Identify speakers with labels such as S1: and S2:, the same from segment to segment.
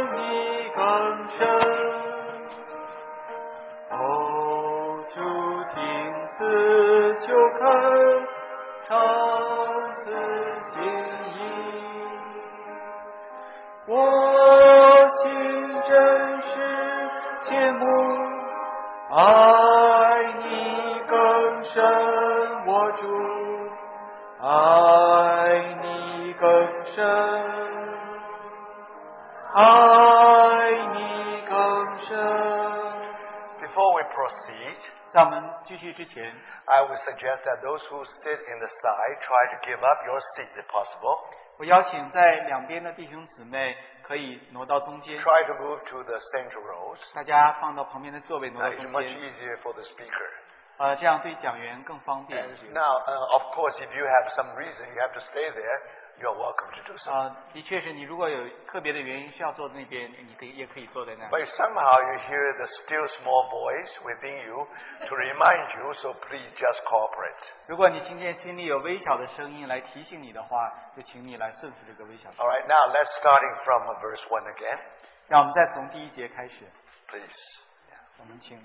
S1: 哦爱你更深。
S2: Before we proceed,
S3: 在我们继续之前，
S2: I would suggest that those who sit in the side try to give up your seat if possible.
S3: 我邀请在两边的弟兄姊妹可以挪到中间，
S2: Try to move to the center rows.
S3: 大家放到旁边的座位挪到
S2: That is
S3: 中
S2: much
S3: 间，
S2: easier for the speaker.
S3: 呃，这样对讲员更方便
S2: And。now, uh, of course, if you have some reason you have to stay there, you're welcome to do so.
S1: Uh,
S3: 呃，的确是你如果有特别的原因需要坐那边，你可以也可以坐在那
S2: But
S3: 里。
S2: if somehow you hear the still small voice within you to remind you, so please just cooperate.
S3: 如果你听见心里有微小的声音来提醒你的话，就请你来顺服这个微小的声
S2: All right, now let's starting from uh, verse 1 again.
S3: 音。让我们再从第一节开始，
S2: Please.
S3: 我们请。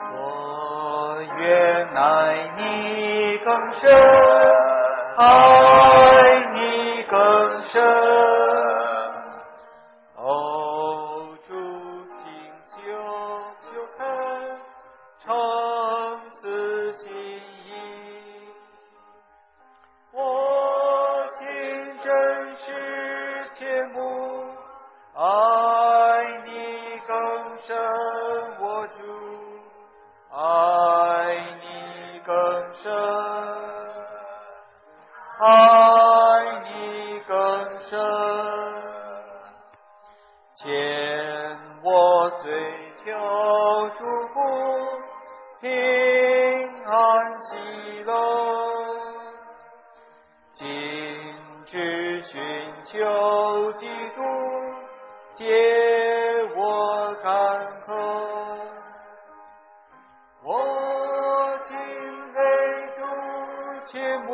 S1: 我愿爱你更深，爱你更深。哦，主，请求求看，诚自心意。我心真是切慕，爱你更深，我主，爱你更深，爱你更深，见我追求祝福，平安喜乐。今只寻求基督，解我坎坷。我今唯独切慕，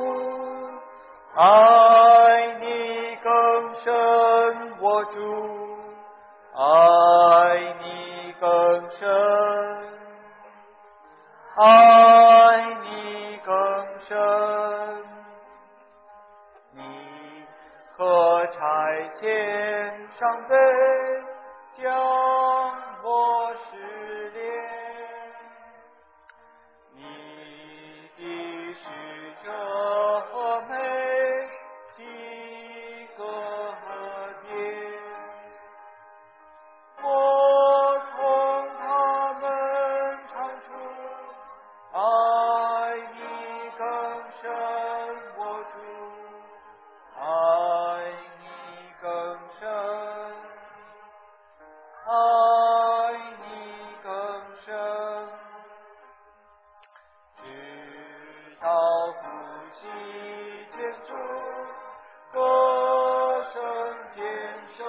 S1: 爱你更深，我主，爱你更深，爱你更深。你何差遣上辈，将我失恋？你的使者和美，几个和别？我同他们唱出爱你更深，我主。爱你更深，爱你更深，直到呼吸渐促，歌声渐收，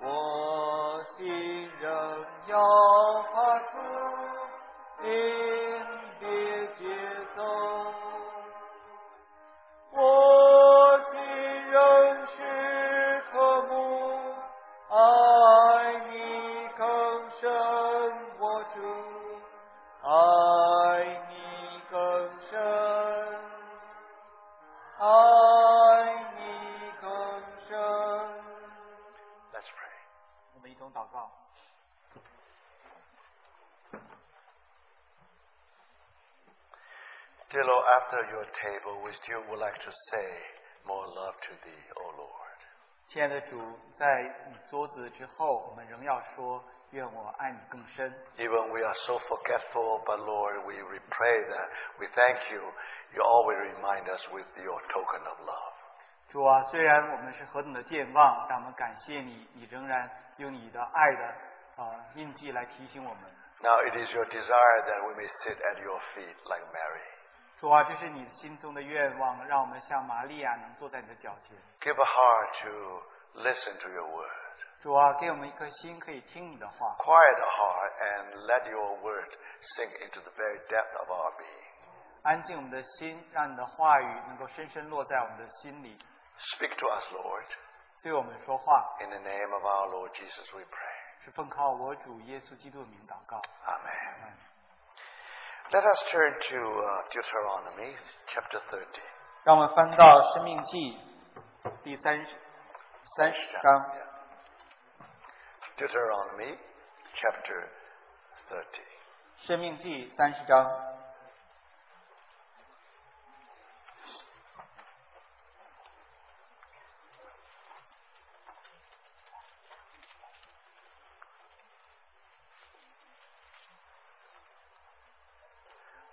S1: 我心仍要发出临别节奏。我今仍是渴慕，爱你更深，我主，爱你更深，爱你更深。
S2: Let's pray.
S3: 我们一同祷告。
S2: Dear Lord, after your table, we still would like to say more love to thee, O Lord.
S3: 亲爱的主，在你桌子之后，我们仍要说：愿我爱你更深。
S2: Even we are so forgetful, but Lord, we re- pray that we thank you. You always remind us with your token of love.
S3: 主啊，虽然我们是何等的健忘，但我们感谢你，你仍然用你的爱的呃印记来提醒我们。
S2: Now it is your desire that we may sit at your feet like Mary.
S3: 主啊，这是你心中的愿望，让我们像玛利亚能坐在你的脚前。
S2: Give a heart to listen to your word.
S3: 主啊，给我们一颗心可以听你的话，
S2: Quiet a heart and let your word sink into the very depth of our being.
S3: 安静我们的心，让你的话语能够深深落在我们的心里，
S2: Speak to us, Lord.
S3: 对我们说话。
S2: In the name of our Lord Jesus, we pray.
S3: 是奉靠我主耶稣基督的名祷告。
S2: Amen. Let us turn to uh, Deuteronomy chapter 30.
S3: 让我们翻到《生命记》第三十三十
S2: Yeah.
S3: 章
S2: Yeah. Deuteronomy chapter 30.
S1: 生命记三十章，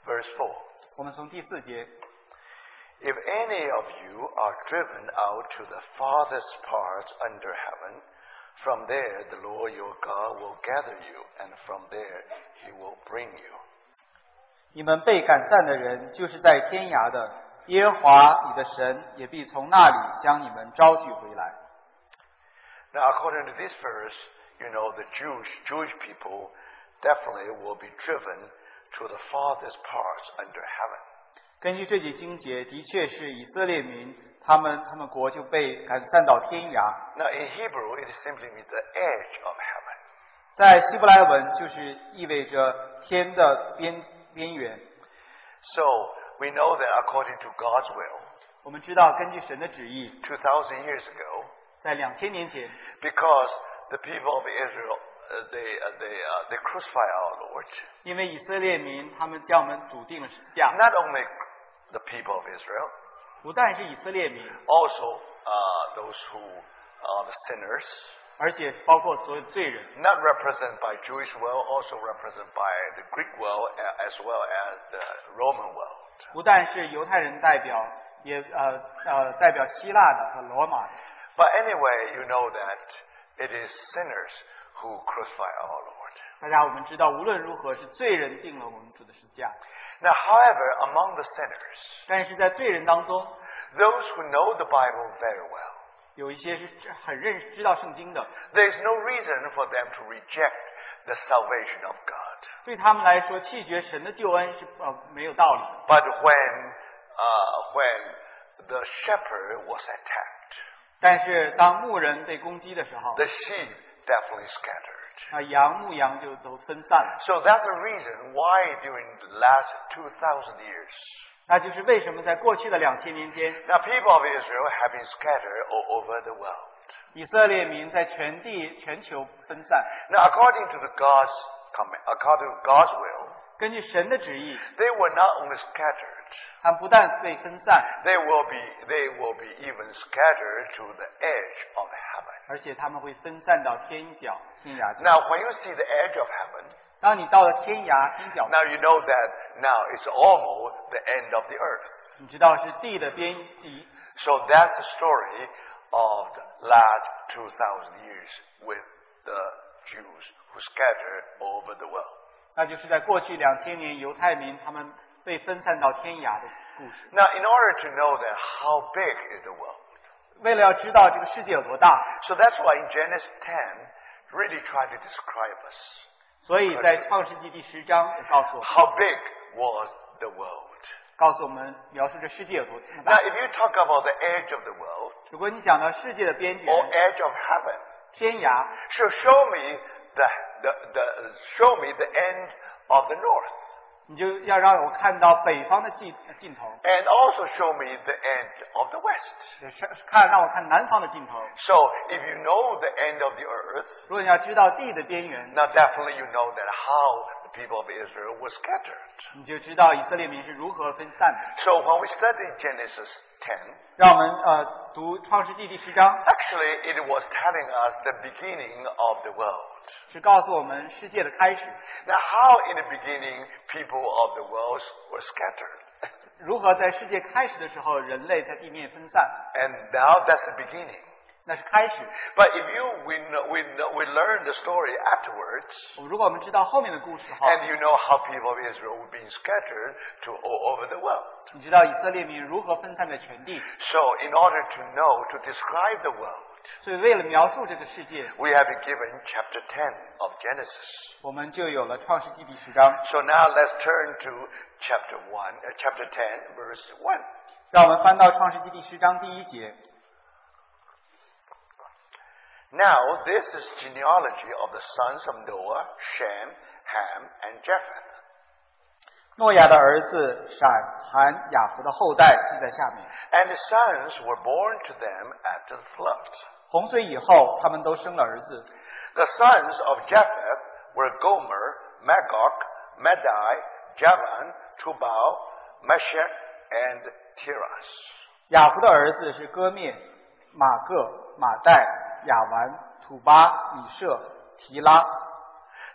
S2: Verse 4.
S1: 我们从第四节，
S2: If any of you are driven out to the farthest parts under heaven, from there the Lord your God will gather you, and from there he will bring you.
S1: 你们被赶散的人，就是在天涯的耶和华你的神，也必从那里将你们招聚回来。
S2: Now, according to this verse, you know, the Jews, Jewish people definitely will be driven to the farthest parts under heaven.
S1: 根据这节经节，的确是以色列民，他们他们国就被赶散到天涯。
S2: Now, in Hebrew, it simply means the edge of heaven.
S1: 在希伯来文就是意味着天的边边缘。
S2: So, we know that according to God's will,
S1: 我们知道，根据神的旨意，
S2: 2,000 years ago,
S1: 在两千年前，
S2: because the people of Israel uh, they uh, they uh, they crucify our Lord.
S1: 因为以色列民他们将我们主定了十字架，
S2: Not only the people of Israel,
S1: 不但是以色列民，
S2: also uh, those who are the sinners,
S1: 而且包括所有罪人，
S2: not represented by Jewish world, also represented by the Greek world uh, as well as the Roman world.
S1: 不但是犹太人代表，也呃呃代表希腊的和罗马的。
S2: But anyway, you know that it is sinners who crucify our Lord.
S1: 大家我们知道，无论如何是罪人定了我们主的十字架，
S2: Now, however, among the sinners,
S1: 但是在罪人当中，
S2: those who know the Bible very well,
S1: 有一些是知很认识知道圣经的，
S2: There is no reason for them to reject the salvation of God.
S1: 对他们来说，弃绝神的救恩是呃没有道理的。
S2: But when, uh, when the shepherd was attacked,
S1: 但是当牧人被攻击的时候，
S2: the sheep definitely scattered.
S1: 啊，羊牧羊就都分散了。
S2: So that's the reason why during the last 2,000 years,
S1: 那就是为什么在过去的两千年间，
S2: the people of Israel have been scattered all over the world.
S1: 以色列民在全地全球分散。
S2: Now, according to the God's command, according to God's will,
S1: 根据神的旨意，
S2: they were not only scattered,
S1: 他们不但被分散，
S2: they will be, they will be even scattered to the edge of heaven.
S1: 而且他们会分散到天角、天涯去。
S2: Now, when you see the edge of heaven,
S1: 当你到了天涯、天角，
S2: now you know that now it's almost the end of the earth.
S1: 你知道是地的边际。
S2: So that's the story of the last 2,000 years with the Jews who scattered over the world.
S1: 那就是在过去两千年，犹太民他们被分散到天涯的故事。
S2: Now, in order to know that how big is the world,
S1: 为了要知道这个世界有多大，
S2: so that's why in Genesis 10 really try to describe us
S1: 所以在创世纪第十章也告诉我们，
S2: how big was the world.
S1: 告诉我们描述这世界有多大
S2: Now,。if you talk about the edge of the world
S1: 如果你讲到世界的边
S2: or
S1: 缘、
S2: edge of heaven,
S1: 天涯，
S2: So show me the, the, the show me the end of the north,
S1: 你就要让我看到北方的尽呃尽头，
S2: and also show me the end of the west.
S1: 也是看让我看南方的尽头。
S2: So if you know the end of the earth,
S1: 如果你要知道地的边缘，
S2: now definitely you know that how the people of Israel were scattered.
S1: 你就知道以色列民是如何分散的。
S2: So when we study Genesis 10,
S1: 让我们呃读创世纪第十章，
S2: actually it was telling us the beginning of the world.
S1: 是告诉我们世界的开始，
S2: Now how in the beginning people of the world were scattered.
S1: 如何在世界开始的时候，人类在地面分散，
S2: And now that's the beginning.
S1: 那是开始。
S2: But if you we know, we know, we learn the story afterwards,
S1: 如果我们知道后面的故事的话，
S2: and you know how people of Israel were being scattered to all over the world.
S1: 你知道以色列民如何分散在全地。
S2: So, in order to know to describe the world,
S1: 所以，为了描述这个世界，
S2: we have been given chapter 10 of Genesis.
S1: 我们就有了创世纪第十章。
S2: So now let's turn to chapter one, uh, chapter 10, verse one.
S1: 让我们翻到创世纪第十章第一节。
S2: Now, this is genealogy of the sons of Noah, Shem, Ham, and Japheth.
S1: 诺亚的儿子闪、含、雅弗的后代记在下面。
S2: And the sons were born to them after the flood.
S1: 洪水以后，他们都生了儿子。
S2: The sons of Japheth were Gomer, Magog, Madai, Javan, Tubal, Meshech, and Tiras.
S1: 雅胡的儿子是割灭、马各、马代、雅完、土巴、米舍、提拉。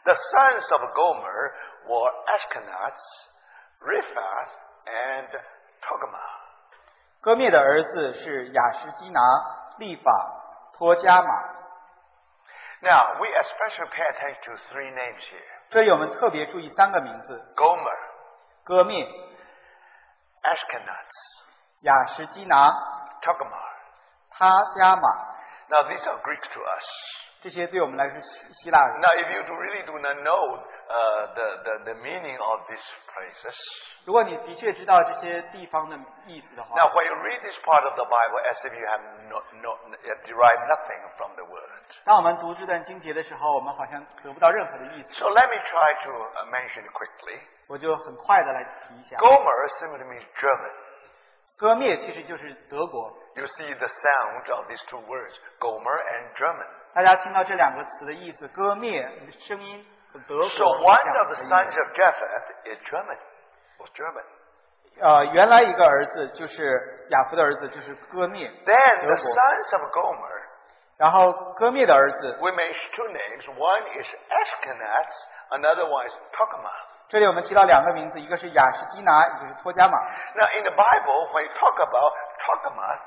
S2: The sons of Gomer were Ashkenaz, Riphath, and Togamah.
S1: 割灭的儿子是雅什基拿、利法、托加马。
S2: Now, we especially pay attention to three names here
S1: 这里我们特别注意三个名字：
S2: Gomer,
S1: 割灭、
S2: Ashkenaz,
S1: 雅什基拿、
S2: Togamah.
S1: 他加马。
S2: Now, these are Greek to us.
S1: 这些对我们来说是希希腊人。
S2: Now, if you do really do not know uh, the, the, the meaning of these places,
S1: 如果你的确知道这些地方的意思的话，
S2: now when you read this part of the Bible as if you have no, no, derived nothing from the word.
S1: 当我们读这段经节的时候，我们好像得不到任何的意思。
S2: So let me try to uh, mention quickly.
S1: 我就很快的来提一下，
S2: Gomer simply means German.
S1: 割灭其实就是德国。
S2: You see the sound of these two words, Gomer and German.
S1: 大家听到这两个词的意思，割灭声音和德国
S2: So
S1: 很
S2: one
S1: 像
S2: of
S1: 的
S2: the
S1: 意思
S2: sons of Japheth is German, was German.
S1: 呃，原来一个儿子就是雅福的儿子就是割灭，
S2: Then the
S1: German.
S2: sons of Gomer
S1: 然后割灭的儿子，
S2: We mentioned two names. One is Ashkenaz, another one is Tokamah.
S1: 这里我们提到两个名字，一个是雅什基拿，一个是托加马。
S2: Now, in the Bible, when you talk about Tokamah,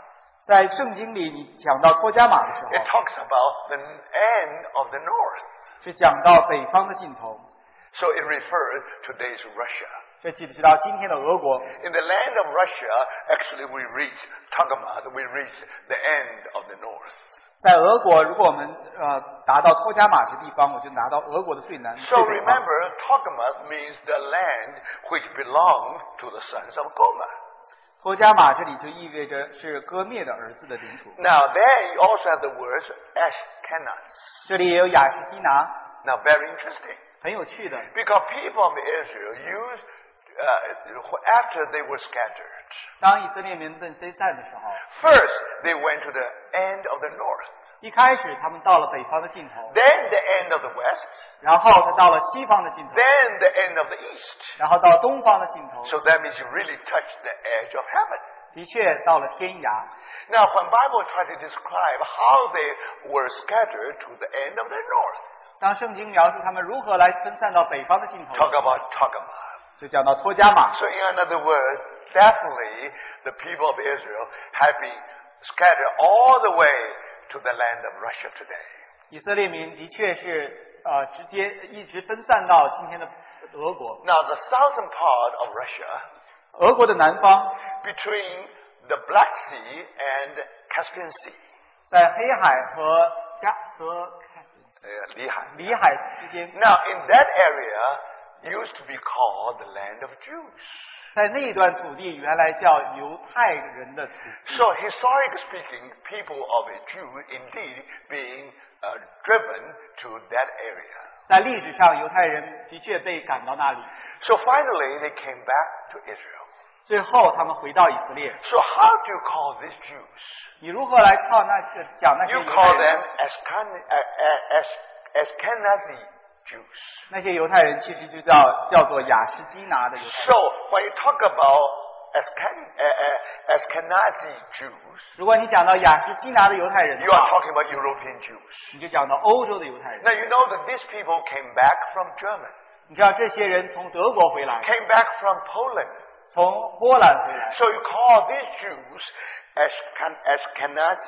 S1: 在圣经里，你讲到托加马的 时候，
S2: it talks about the end of the north.
S1: 是讲到北方的尽头，
S2: So it refers to today's Russia.
S1: 这既指到今天的俄国。
S2: In the land of Russia, actually, we reach Tokamah, we reach the end of the north.
S1: 在俄国，如果我们呃达到托加马这地方，我就拿到俄国的最南。
S2: So
S1: 最北方
S2: remember, Tokamah means the land which belonged to the sons of Gomer.
S1: 托加马这里就意味着是割灭的儿子的领土。
S2: Now, there you also have the words Ashkenaz.
S1: 这里也有雅什基拿，
S2: Now, very interesting.
S1: 很有趣的。
S2: Because people of Israel used, uh, after they were scattered,
S1: 当以色列民被分散的时候，
S2: first they went to the end of the north,
S1: 一开始他们到了北方的尽头，
S2: then the end of the west,
S1: 然后他到了西方的尽头，
S2: then the end of the east.
S1: 然后到东方的尽头，
S2: So that means you really touched the edge of heaven.
S1: 的确到了天涯。
S2: Now, when Bible try to describe how they were scattered to the end of the north,
S1: 当圣经描述他们如何来分散到北方的尽头，
S2: talk about Togamah.
S1: 就讲到托加马。
S2: So, in another word, definitely the people of Israel have been scattered all the way to the land of Russia today.
S1: 以色列民的确是呃直接一直分散到今天的俄国，
S2: Now, the southern part of Russia,
S1: 俄国的南方，
S2: between the Black Sea and Caspian Sea,
S1: 在黑海和加和
S2: uh, Lehigh.
S1: 里海之间，
S2: Now, in that area used to be called the land of Jews.
S1: 在那一段土地原来叫犹太人的土地
S2: So, historically speaking, people of a Jew indeed being uh, driven to that area.
S1: 在历史上，犹太人的确被赶到那里，
S2: So, finally, they came back to Israel.
S1: 最后他们回到以色列。
S2: So, how do you call these Jews?
S1: 你如何来靠那个讲那些
S2: You
S1: 犹
S2: call
S1: 太
S2: them
S1: 人？
S2: Ashken- uh, uh, Ash- Ashkenazi Jews.
S1: 那些犹太人其实就叫叫做雅什基拿的犹太人。
S2: So when you talk about Ashken- uh, uh, Ashkenazi Jews,
S1: 如果你讲到雅什基拿的犹太人
S2: you
S1: 的
S2: are
S1: 话，
S2: talking about European Jews.
S1: 你就讲到欧洲的犹太人。
S2: Now you know that these people came back from Germany,
S1: 你知道这些人从德国回来，
S2: came back from Poland.
S1: 从波兰回来，
S2: So you call these Jews Ashken- Ashkenazi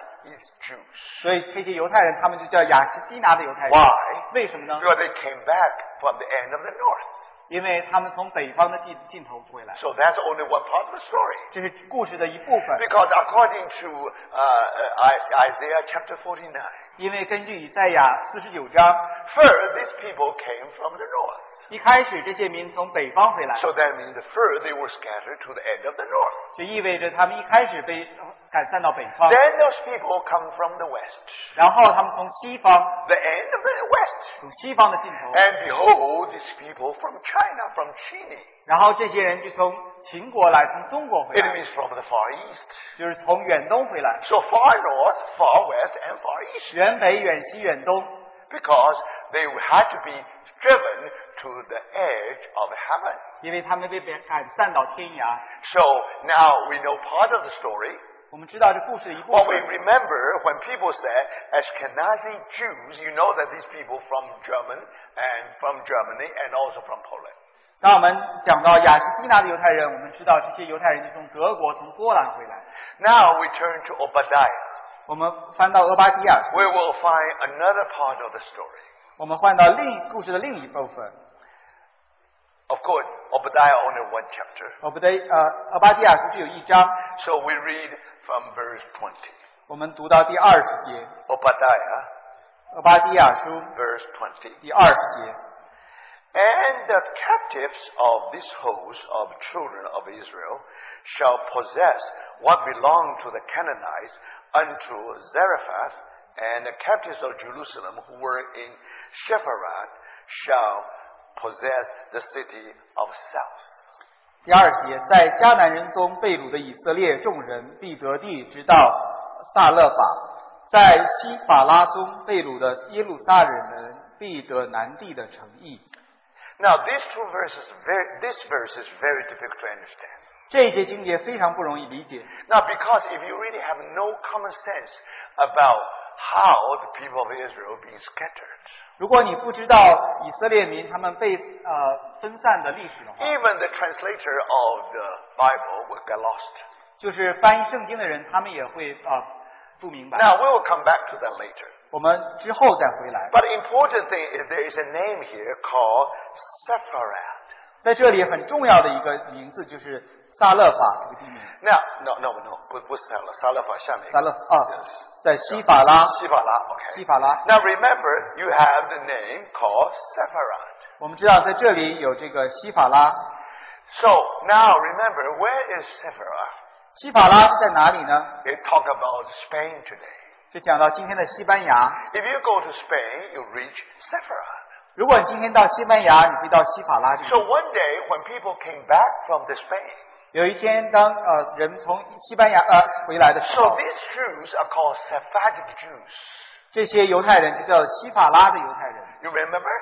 S2: Jews
S1: 所以这些犹太人他们就叫雅什基拿的犹太人。
S2: Why？
S1: 为什么呢？
S2: because they came back from the end of the north.
S1: 因为他们从北方的尽尽头回来。
S2: So that's only one part of the story.
S1: 这是故事的一部分，
S2: Because according to uh, uh, I- Isaiah chapter 49,
S1: 因为根据以赛亚四十九章，
S2: first these people came from the north.
S1: 一开始这些民从北方回来，
S2: So that means the further they were scattered to the end of the north.
S1: 就意味着他们一开始被呃赶散到北方，
S2: Then those people come from the west,
S1: 然后他们从西方，
S2: the end of the west.
S1: 从西方的尽头，
S2: And behold, these people from China, from Chini,
S1: 然后这些人就从秦国来，从中国回
S2: it
S1: 来，
S2: means from the far east.
S1: 就是从远东回来，
S2: So far north, far west, and far east.
S1: 远北、远西、远东，
S2: because they had to be driven to the edge of heaven.
S1: 因为他们被赶赶散到天涯。
S2: So now we know part of the story.
S1: 我们知道这故事的一部
S2: What we
S1: 分。
S2: remember when people say Ashkenazi Jews, you know that these people from German and from Germany and also from Poland.
S1: 当我们讲到雅什基拿的犹太人，我们知道这些犹太人是从德国、从波兰回来。
S2: Now we turn to Obadiah.
S1: 我们翻到俄巴底亚书，
S2: We will find another part of the story.
S1: 我们换到另一故事的另一部分。
S2: Of course, Obadiah only one chapter.
S1: 我们的呃俄巴底亚书只有一章，
S2: So we read from verse 20.
S1: 我们读到第二十节，
S2: Obadiah,
S1: 俄巴底亚书
S2: verse 20.
S1: 第二十节。
S2: And the captives of this host of children of Israel shall possess what belonged to the Canaanites unto Zarephath, and the captives of Jerusalem who were in Shepharad shall possess the city of south.
S1: 第二节，在迦南人中被掳的以色列众人必得地，直到撒勒法；在西法拉中被掳的耶路撒冷人必得南地的诚意。
S2: Now, these two verses, very, this verse is very difficult to understand.
S1: 这一节经节非常不容易理解，
S2: Now, because if you really have no common sense about how the people of Israel being scattered,
S1: 如果你不知道以色列民他们被呃分散的历史的话，
S2: even the translator of the Bible will get lost.
S1: 就是翻译圣经的人，他们也会呃不明白。
S2: Now, we will come back to that later.
S1: 我们之后再回来。
S2: But the important thing is there is a name here called Sepharad.
S1: 在这里很重要的一个名字就是撒勒法这个地名，
S2: Now, no, no, no, 不不是撒勒，撒勒法下面。
S1: 撒勒啊
S2: Yes.，
S1: 在西法拉，
S2: 西法拉，okay.
S1: 西法拉。
S2: Now remember, you have the name called Sepharad.
S1: 我们知道在这里有这个西法拉，
S2: So now remember, where is Sepharad?
S1: 西法拉是在哪里呢？
S2: They talk about Spain today.
S1: 就讲到今天的西班牙。
S2: If you go to Spain, you reach Sepharad.
S1: 如果你今天到西班牙，你会到西法拉这
S2: So
S1: 里。
S2: one day, when people came back from the Spain,
S1: 有一天当，呃人从西班牙呃回来的时
S2: so
S1: 候，
S2: these Jews are called Sephardic Jews.
S1: 这些犹太人就叫西法拉的犹太人。
S2: You remember?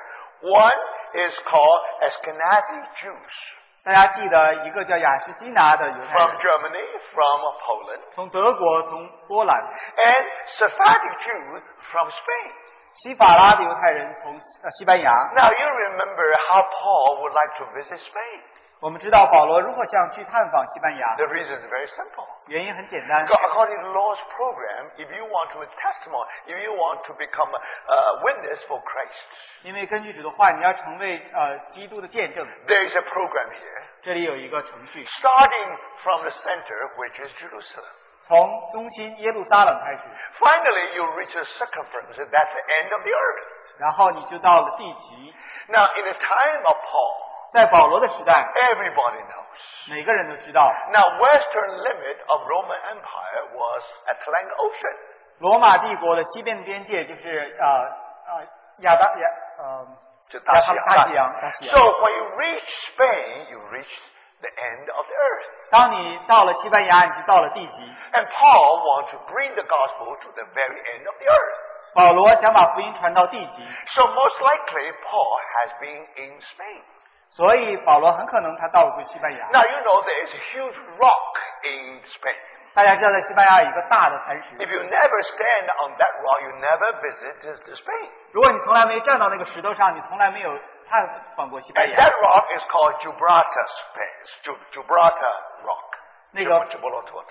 S2: One is called Ashkenazi Jews
S1: 大家记得一个叫雅什基拿的犹太
S2: from
S1: 人，
S2: Germany, from Poland,
S1: 从德国、从波兰；
S2: and Sephardic Jews from Spain.
S1: 西法拉的犹太人从西呃西班牙。
S2: Now you remember how Paul would like to visit Spain.
S1: 我们知道保罗如何想去探访西班牙，
S2: The reason is very simple.
S1: 原因很简单
S2: Go-。According to the Lord's program, if you want to testimony, if you want to become a uh, witness for Christ,
S1: 因为根据主的话，你要成为呃基督的见证。
S2: there is a program here,
S1: 这里有一个程序，
S2: starting from the center, which is Jerusalem.
S1: 从中心耶路撒冷开始，
S2: Finally, you reach the circumference, and that's the end of the earth.
S1: 然后你就到了地极。
S2: Now, in the time of Paul,
S1: 在保罗的时代，
S2: everybody knows.
S1: 每个人都知道，
S2: Now, western limit of Roman Empire was Atlantic Ocean.
S1: 罗马帝国的西边边界就是呃呃亚大亚呃亚
S2: 就大西洋。
S1: 大西洋大西
S2: So
S1: 洋。
S2: when you reach Spain, you reach the end of the earth.
S1: 当你到了西班牙，你就到了地极。
S2: And Paul wants to bring the gospel to the very end of the earth.
S1: 保罗想把福音传到地极，
S2: So most likely Paul has been in Spain.
S1: 所以保罗很可能他到过西班牙。
S2: Now you know there is a huge rock in Spain.
S1: 大家知道，在西班牙有一个大的磐
S2: If
S1: 石，
S2: you never stand on that rock, you never visit the Spain.
S1: 如果你从来没站到那个石头上，你从来没有探访过西
S2: And
S1: 班牙
S2: that。rock is called Gibraltar Spain. Ju- Gibraltar Rock.
S1: 那个-
S2: Gibraltar.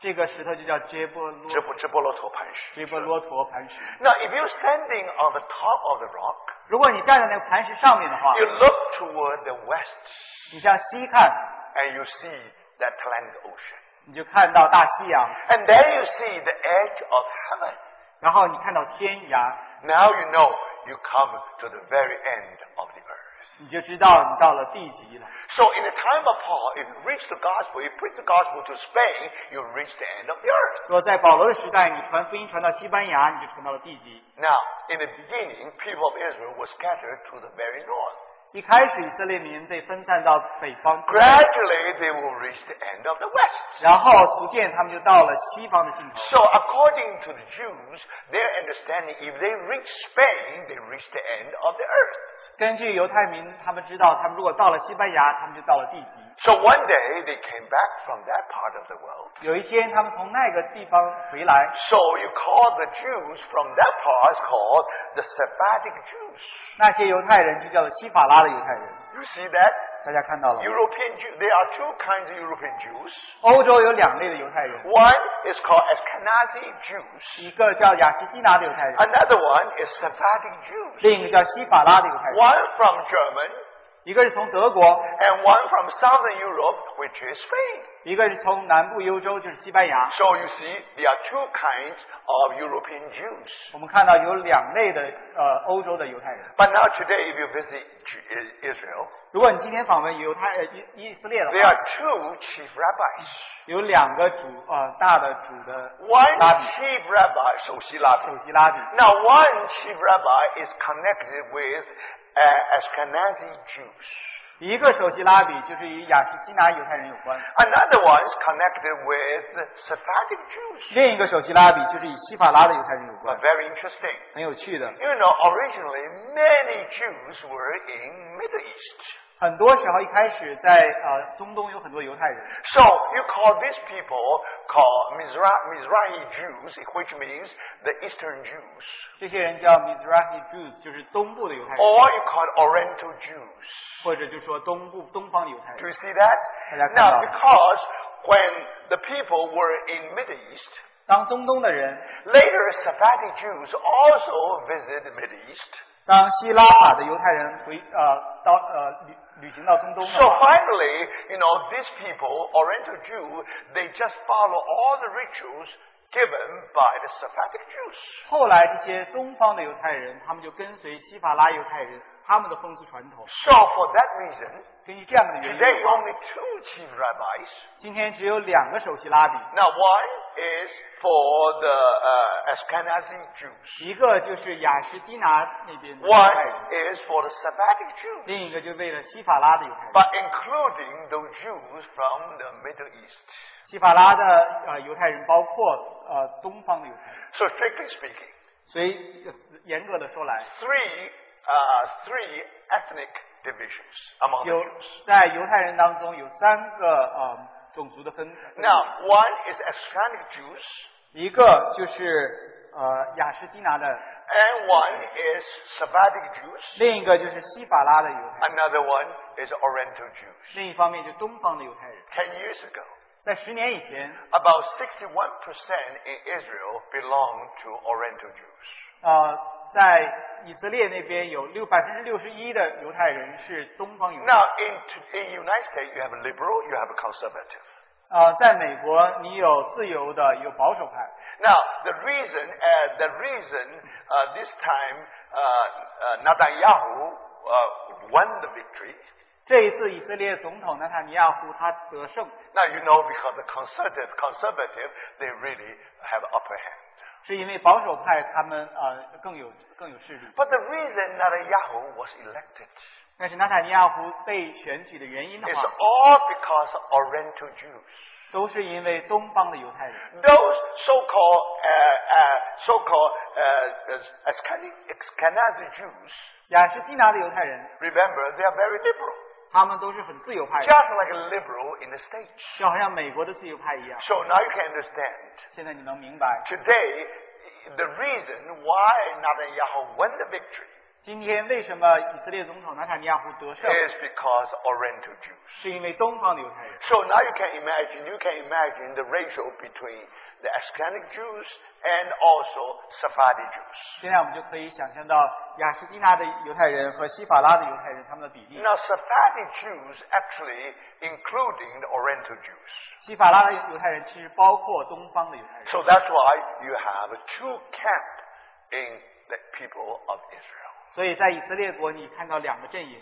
S1: 这个石头就叫杰波罗
S2: Gib- Gibraltar Parish.
S1: 杰波罗陀磐石。
S2: Now, if you're standing on the top of the rock,
S1: 如果你站在那个磐石上面的话，
S2: you look toward the west
S1: 你向西看，
S2: and you see the Atlantic Ocean.
S1: 你就看到大西洋，
S2: And there you see the edge of heaven.
S1: 然后你看到天涯，
S2: Now you know you come to the very end of the earth.
S1: 你就知道你到了地极了。
S2: So in the time of Paul, if you reach the gospel, you preach the gospel to Spain, you reach the end of the earth.
S1: 若在保罗的时代，你传福音传到西班牙，你就传到了地极。
S2: Now, in the beginning, people of Israel were scattered to the very north.
S1: 一开始以色列民被分散到北方，
S2: Gradually, they will reach the end of the West.
S1: 然后逐渐他们就到了西方的尽头。
S2: So, according to the Jews, their understanding, if they reach Spain, they reach the end of the earth.
S1: 根据犹太民，他们知道，他们如果到了西班牙，他们就到了地极。
S2: So one day they came back from that part of the world.
S1: 有一天，他们从那个地方回来，
S2: So you call the Jews from that part called the Sephardic Jews.
S1: 那些犹太人就叫做西法拉的犹太人。
S2: You see that?
S1: 大家看到了吗，
S2: European Jew, there are two kinds of European Jews.
S1: 欧洲有两类的犹太人，
S2: One is called Ashkenazi Jews.
S1: 一个叫雅西基拿的犹太人，
S2: Another one is Sephardic Jews.
S1: 另一个叫西法拉的犹太人，
S2: One from German
S1: 一个是从德国，
S2: and one from Southern Europe, which is Spain.
S1: 一个是从南部欧洲，就是西班牙。
S2: So you see, there are two kinds of European Jews.
S1: 我们看到有两类的呃欧洲的犹太人。
S2: But now today, if you visit Ju- I- Israel,
S1: 如果你今天访问犹太呃以以色列的
S2: there
S1: 话
S2: are，two chief rabbis.
S1: 有两个主呃大的主的
S2: One
S1: 拉比，
S2: chief rabbi, 首席拉比.
S1: 首席拉比。
S2: Now, one chief rabbi is connected with uh, Ashkenazi Jews.
S1: 一个首席拉比就是与雅西基拿犹太人有关，
S2: Another one is connected with Sephardic Jews.
S1: 另一个首席拉比就是与西法拉的犹太人有
S2: But
S1: 关，
S2: very interesting.
S1: 很有趣的。
S2: You know, originally many Jews were in Middle East.
S1: 很多时候一开始在呃中东有很多犹太人，
S2: So you call these people called Mizra- Mizrahi Jews, which means the Eastern Jews,
S1: 这些人叫 Mizrahi Jews，就是东部的犹太人，
S2: or you call Oriental Jews.
S1: 或者就说东部东方的犹太人。
S2: Do you see that?
S1: Yeah, come
S2: Now,
S1: on.
S2: because when the people were in Middle East,
S1: 当中东的人，
S2: later Sephardic Jews also visited Middle East.
S1: 当希拉法的犹太人回呃到呃旅旅行到中东
S2: So
S1: 的话，
S2: finally, you know, these people, Oriental Jew, they just follow all the rituals given by the Sephardic Jews.
S1: 后来这些东方的犹太人，他们就跟随西法拉犹太人他们的风俗传统。
S2: So for that reason,
S1: 根据这样的原因
S2: today only two chief rabbis.
S1: 今天只有两个首席拉比，
S2: Now one is for the uh, Ashkenazi Jews.
S1: 一个就是雅什基拿那边的犹太
S2: One
S1: 人，
S2: is for the Sephardic Jews.
S1: 另一个就为了西法拉的犹太人。
S2: but including those Jews from the Middle East.
S1: 西法拉的呃犹太人包括呃东方的犹太人，
S2: So strictly speaking,
S1: 所以呃严格的说来，
S2: three uh, three ethnic divisions among the
S1: 有
S2: Jews.
S1: 在犹太人当中有三个呃种族的分，分
S2: Now, one is Ashkenazic Jews,
S1: 一个就是呃雅什基拿的，
S2: and one is Sephardic Jews.
S1: 另一个就是西法拉的犹太人，
S2: Another one is Oriental Jews.
S1: 另一方面就东方的犹太人。
S2: Ten years ago,
S1: 在十年以前，
S2: about 61% in Israel belonged to Oriental Jews.
S1: 呃，在以色列那边有六百分之六十一的犹太人是东方犹太
S2: Now,
S1: 人。
S2: in, in United States, you have a liberal, you have a conservative.
S1: 呃，在美国你有自由的，有保守派。
S2: Now, the reason, uh, the reason uh, this time uh, uh, Netanyahu uh, won the victory.
S1: 这一次以色列总统纳塔尼亚胡他得胜，
S2: Now you know because the conservative, conservative, they really have upper hand.
S1: 是因为保守派他们呃更有更有势力。
S2: But the reason Netanyahu was elected
S1: 但是纳塔尼亚胡被选举的原因的
S2: is
S1: 话，
S2: all because of Oriental Jews.
S1: 都是因为东方的犹太人，
S2: Those so-called, uh, uh, so-called uh, uh, Ashkeni- Ashkenazi Jews,
S1: 雅什基拿的犹太人，
S2: remember, they are very liberal,
S1: 他们都是很自由派的，
S2: just like a liberal in the states.
S1: 就好像美国的自由派一样。
S2: So now you can understand.
S1: 现在你能明白，
S2: Today, the reason why Netanyahu won the victory
S1: 今天为什么以色列总统纳塔尼亚胡得胜，
S2: is because Oriental Jews.
S1: 是因为东方的犹太人。
S2: So now you can imagine, you can imagine the ratio between the Ashkenazic Jews and also Sephardi Jews.
S1: 现在我们就可以想象到雅什基拿的犹太人和西法拉的犹太人他们的比例。
S2: Now, Sephardi Jews actually including the Oriental Jews.
S1: 西法拉的犹太人其实包括东方的犹太人，
S2: So that's why you have two camps in the people of Israel.
S1: 所以在以色列国你看到两个阵营。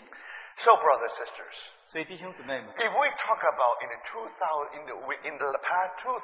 S2: So, brothers sisters,
S1: 所以弟兄姊妹们，
S2: if we talk about in the 2000 in the, in the past 2,000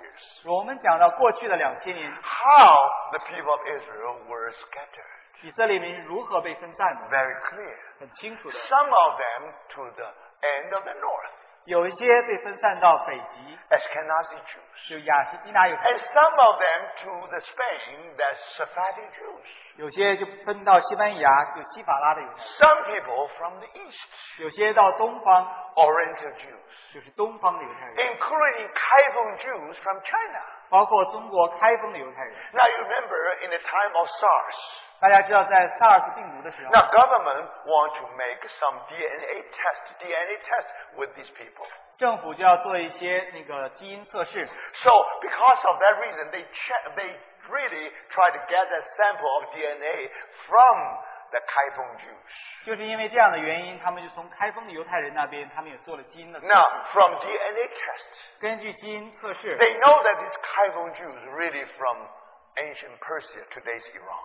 S2: years,
S1: 我们讲到过去的两千年，
S2: how the people of Israel were scattered.
S1: 以色列民如何被分散的，
S2: very clear.
S1: 很清楚的。
S2: Some of them to the end of the north,
S1: 有一些被分散到北极，
S2: Ashkenazi Jews.
S1: 有雅西基那有，
S2: And some of them to the Spain, the Sephardi Jews.
S1: 有些就分到西班牙，就西法拉的犹太人，
S2: Some people from the east,
S1: 有些到东方，
S2: Oriental Jews,
S1: 就是东方的犹太人，
S2: including Kaifeng Jews from China.
S1: 包括中国开封的犹太人。
S2: Now you remember in the time of SARS,
S1: 大家知道，在萨尔斯病毒的时候，
S2: now government want to make some DNA test, DNA test with these people.
S1: 政府就要做一些那个基因测试，
S2: So because of that reason, they check, they really try to get a sample of DNA from the Kaifeng Jews.
S1: 就是因为这样的原因，他们就从开封的犹太人那边，他们也做了基因的测试
S2: Now, from DNA test,
S1: 根据基因测试，
S2: they know that these Kaifeng Jews really from ancient Persia, today's Iran.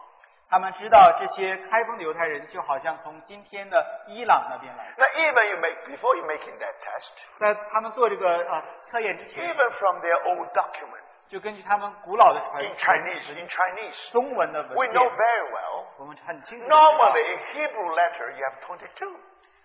S1: 他们知道这些开封的犹太人就好像从今天的伊朗那边来，
S2: Now, even you make before you making that test,
S1: 在他们做这个呃测验之前，
S2: even from their old document
S1: 就根据他们古老的传
S2: in Chinese, in Chinese,
S1: 中文的
S2: we
S1: 文
S2: know
S1: 件，
S2: very well.
S1: 我们很清楚地知道。
S2: Normally, Hebrew letter you have 22.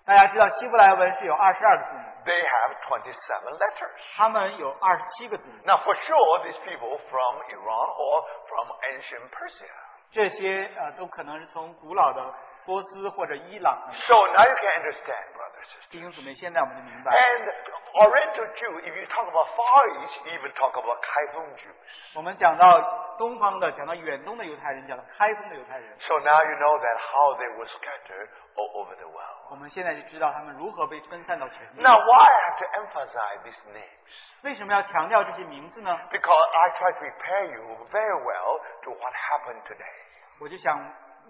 S1: 大家知道希伯来文是有二十二个字母，
S2: They have 27 letters.
S1: 他们有二十七个字母。
S2: Now, for sure, these people from Iran or from ancient Persia.
S1: 这些呃都可能是从古老的波斯或者伊朗的。
S2: So now you can understand, brothers.
S1: 弟兄姊妹，现在我们就明白，
S2: And Oriental Jew, if you talk about Far East, you even talk about Kaifeng Jews.
S1: 我们讲到东方的，讲到远东的犹太人，讲到开封的犹太人，
S2: So now you know that how they were scattered all over the world.
S1: 我们现在就知道他们如何被分散到全地。
S2: Now, why I have to emphasize these names?
S1: 为什么要强调这些名字呢？
S2: Because I try to prepare you very well to what happened today.
S1: 我就想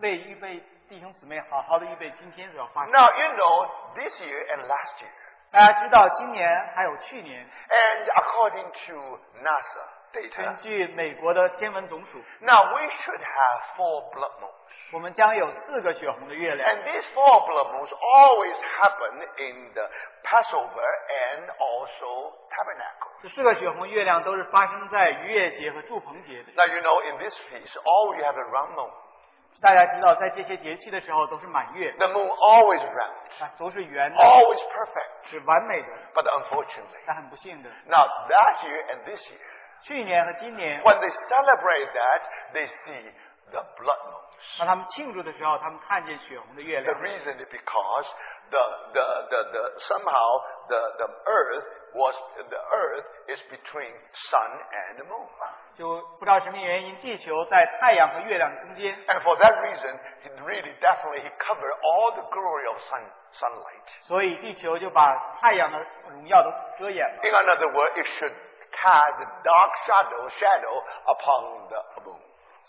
S1: 为预备弟兄姊妹好好的预备今天所要发生。
S2: Now, you know, this year and last year,
S1: 大家知道，今年还有去年，
S2: and according to NASA
S1: 根
S2: data,
S1: 据美国的天文总署，
S2: now we should have four blood moons.
S1: 我们将有四个血红的月亮
S2: And。these four blood moons always happen in the Passover and also Tabernacle.
S1: 这四个血红月亮都是发生在逾越节和祝棚节的。
S2: Now, you know, in this feast, all we have a round moon.
S1: 大家知道，在这些节气的时候都是满月，
S2: The moon always round,
S1: 啊，都是圆的，
S2: always perfect.
S1: 是完美的。
S2: But unfortunately,
S1: 但很不幸的，
S2: now last year and this year,
S1: 去年和今年，
S2: when they celebrate that, they see the blood moons.
S1: 当他们庆祝的时候，他们看见血红的月
S2: The
S1: 亮。
S2: reason is because the, the, the, the somehow the, the earth was the earth is between sun and moon.
S1: 就不知道什么原因，地球在太阳和月亮中间，
S2: And for that reason, he really definitely he covered all the glory of sun, sunlight.
S1: 所以地球就把太阳的荣耀都遮掩了。
S2: In another word, it should cast a dark shadow shadow upon the moon.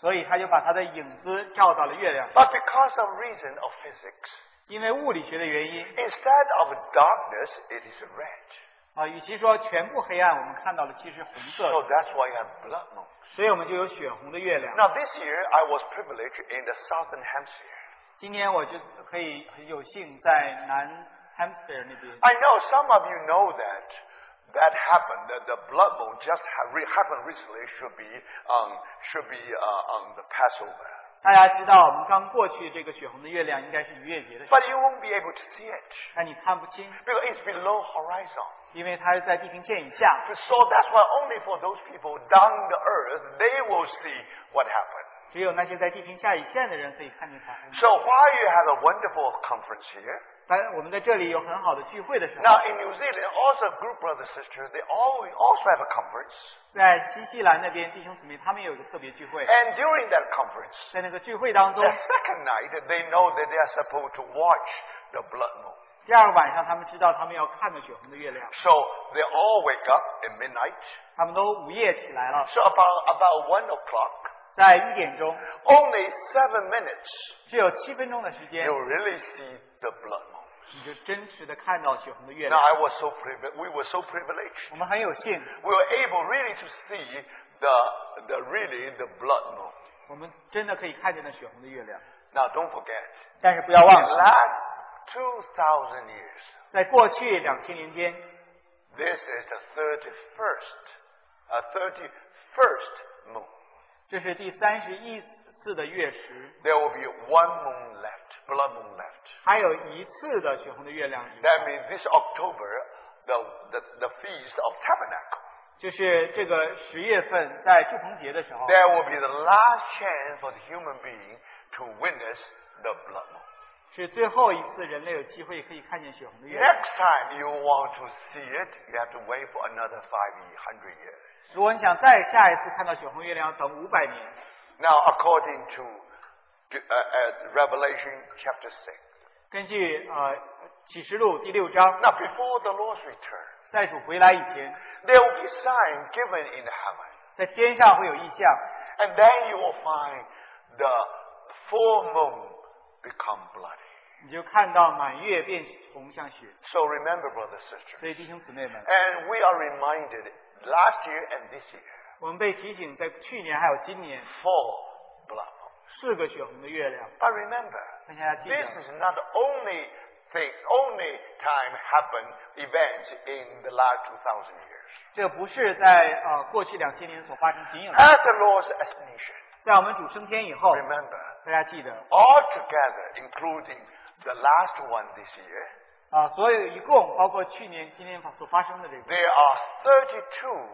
S1: 所以它就把它的影子照到了月亮。
S2: But because of reason of physics,
S1: 因为物理学的原因
S2: instead of darkness, it is red.
S1: 啊，与其说全部黑暗，我们看到的其实红
S2: So
S1: 色的，
S2: that's why you have blood moon.
S1: 所以我们就有血红的月亮。
S2: Now this year I was privileged in the southern hemisphere.
S1: 今天我就可以很有幸在南 Hampshire 那边。啊
S2: I know some of you know that that happened. That the blood moon just ha- re- happened recently. Should be um, should be uh, on the Passover,
S1: 大家知道，我们刚过去这个血红的月亮应该是逾越节的时候，
S2: but you won't be able to see it
S1: 但你看不清，
S2: because it's below horizon.
S1: 因为它是在地平线以下。
S2: So that's why only for those people down the earth they will see what happened.
S1: 只有那些在地平下以线的人可以看见彩虹。
S2: So while you have a wonderful conference here,
S1: 但我们在这里有很好的聚会的时候，
S2: now in New Zealand also group brothers sisters they always also have a conference,
S1: 在新西兰那边弟兄姊妹他们有一个特别聚会，
S2: and during that conference.
S1: 在那个聚会当中
S2: The，second night, they know that they are supposed to watch the blood moon.
S1: 第二个晚上他们知道他们要看的血红的月亮，
S2: So they all wake up at midnight.
S1: 他们都午夜起来了，
S2: So about about one o'clock,
S1: 在一点钟，
S2: only seven minutes,
S1: 只有七分钟的时间
S2: you，really see the blood moon.
S1: 你就真实的看到血红的月
S2: Now
S1: 亮。
S2: I was so privi- we were so privileged.
S1: 我们很有幸，
S2: We were able really to see the the really the blood moon.
S1: 我们真的可以看见那血红的月亮。
S2: Now don't forget,
S1: 但是不要忘
S2: in
S1: 了，
S2: last two thousand years,
S1: 在过去两千年间，
S2: this is the thirty first, a thirty first moon.
S1: 这是第三十一次的月食，
S2: There will be one moon left, blood moon left.
S1: 还有一次的血红的月亮日，
S2: That means this October, the, the, the Feast of Tabernacle,
S1: 就是这个十月份在祝棚节的时候，
S2: there will be the last chance for the human being to witness the blood moon.
S1: 是最后一次人类有机会可以看见血红的月亮。
S2: Next time you want to see it, you have to wait for another 500 years.
S1: 如果你想再下一次看到血红月亮，要等五百年。
S2: Now, according to uh, uh, Revelation chapter 6,
S1: 根据呃启示录第六章，
S2: now before the Lord's return,
S1: 在主回来以前，
S2: there will be sign given in heaven.
S1: 在天上会有异象，
S2: And then you will find the full moon become bloody.
S1: 你就看到满月变红像血。
S2: So remember, brothers and sisters.
S1: 所以弟兄姊妹们，
S2: And we are reminded last year and this year,
S1: 我们被提醒，在去年还有今年
S2: four blood moon.
S1: 四个血红的月亮，
S2: But remember,
S1: 大家记
S2: this
S1: 得，
S2: is not the only thing, only time happen events in the last 2,000 years.
S1: 这不是在呃过去两千年所发生仅有的，
S2: At the Lord's ascension,
S1: 在我们主升天以后，
S2: remember,
S1: 大家记得啊、
S2: all together, including the last one this year,
S1: 啊所有一共包括去年、今年所发生的这个，
S2: there are 32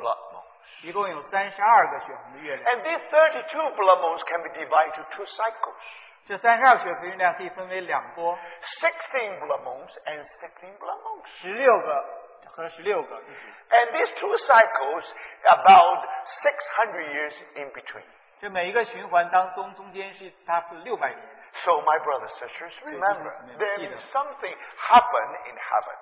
S2: blood moons.
S1: 一共有三十二个血红的月亮，
S2: And these 32 blood moons can be divided into two cycles
S1: 这三十二个血红月亮可以分为两波，
S2: 16 blood moons and 16 blood moons.
S1: 十六个和十六个，就是。
S2: And these two cycles, about 600 years in between.
S1: 这每一个循环当中，中间是差不多六百年。
S2: So, my brothers and sisters, remember,
S1: Yes, yes, yes.
S2: there
S1: Yes.
S2: is something happen in heaven.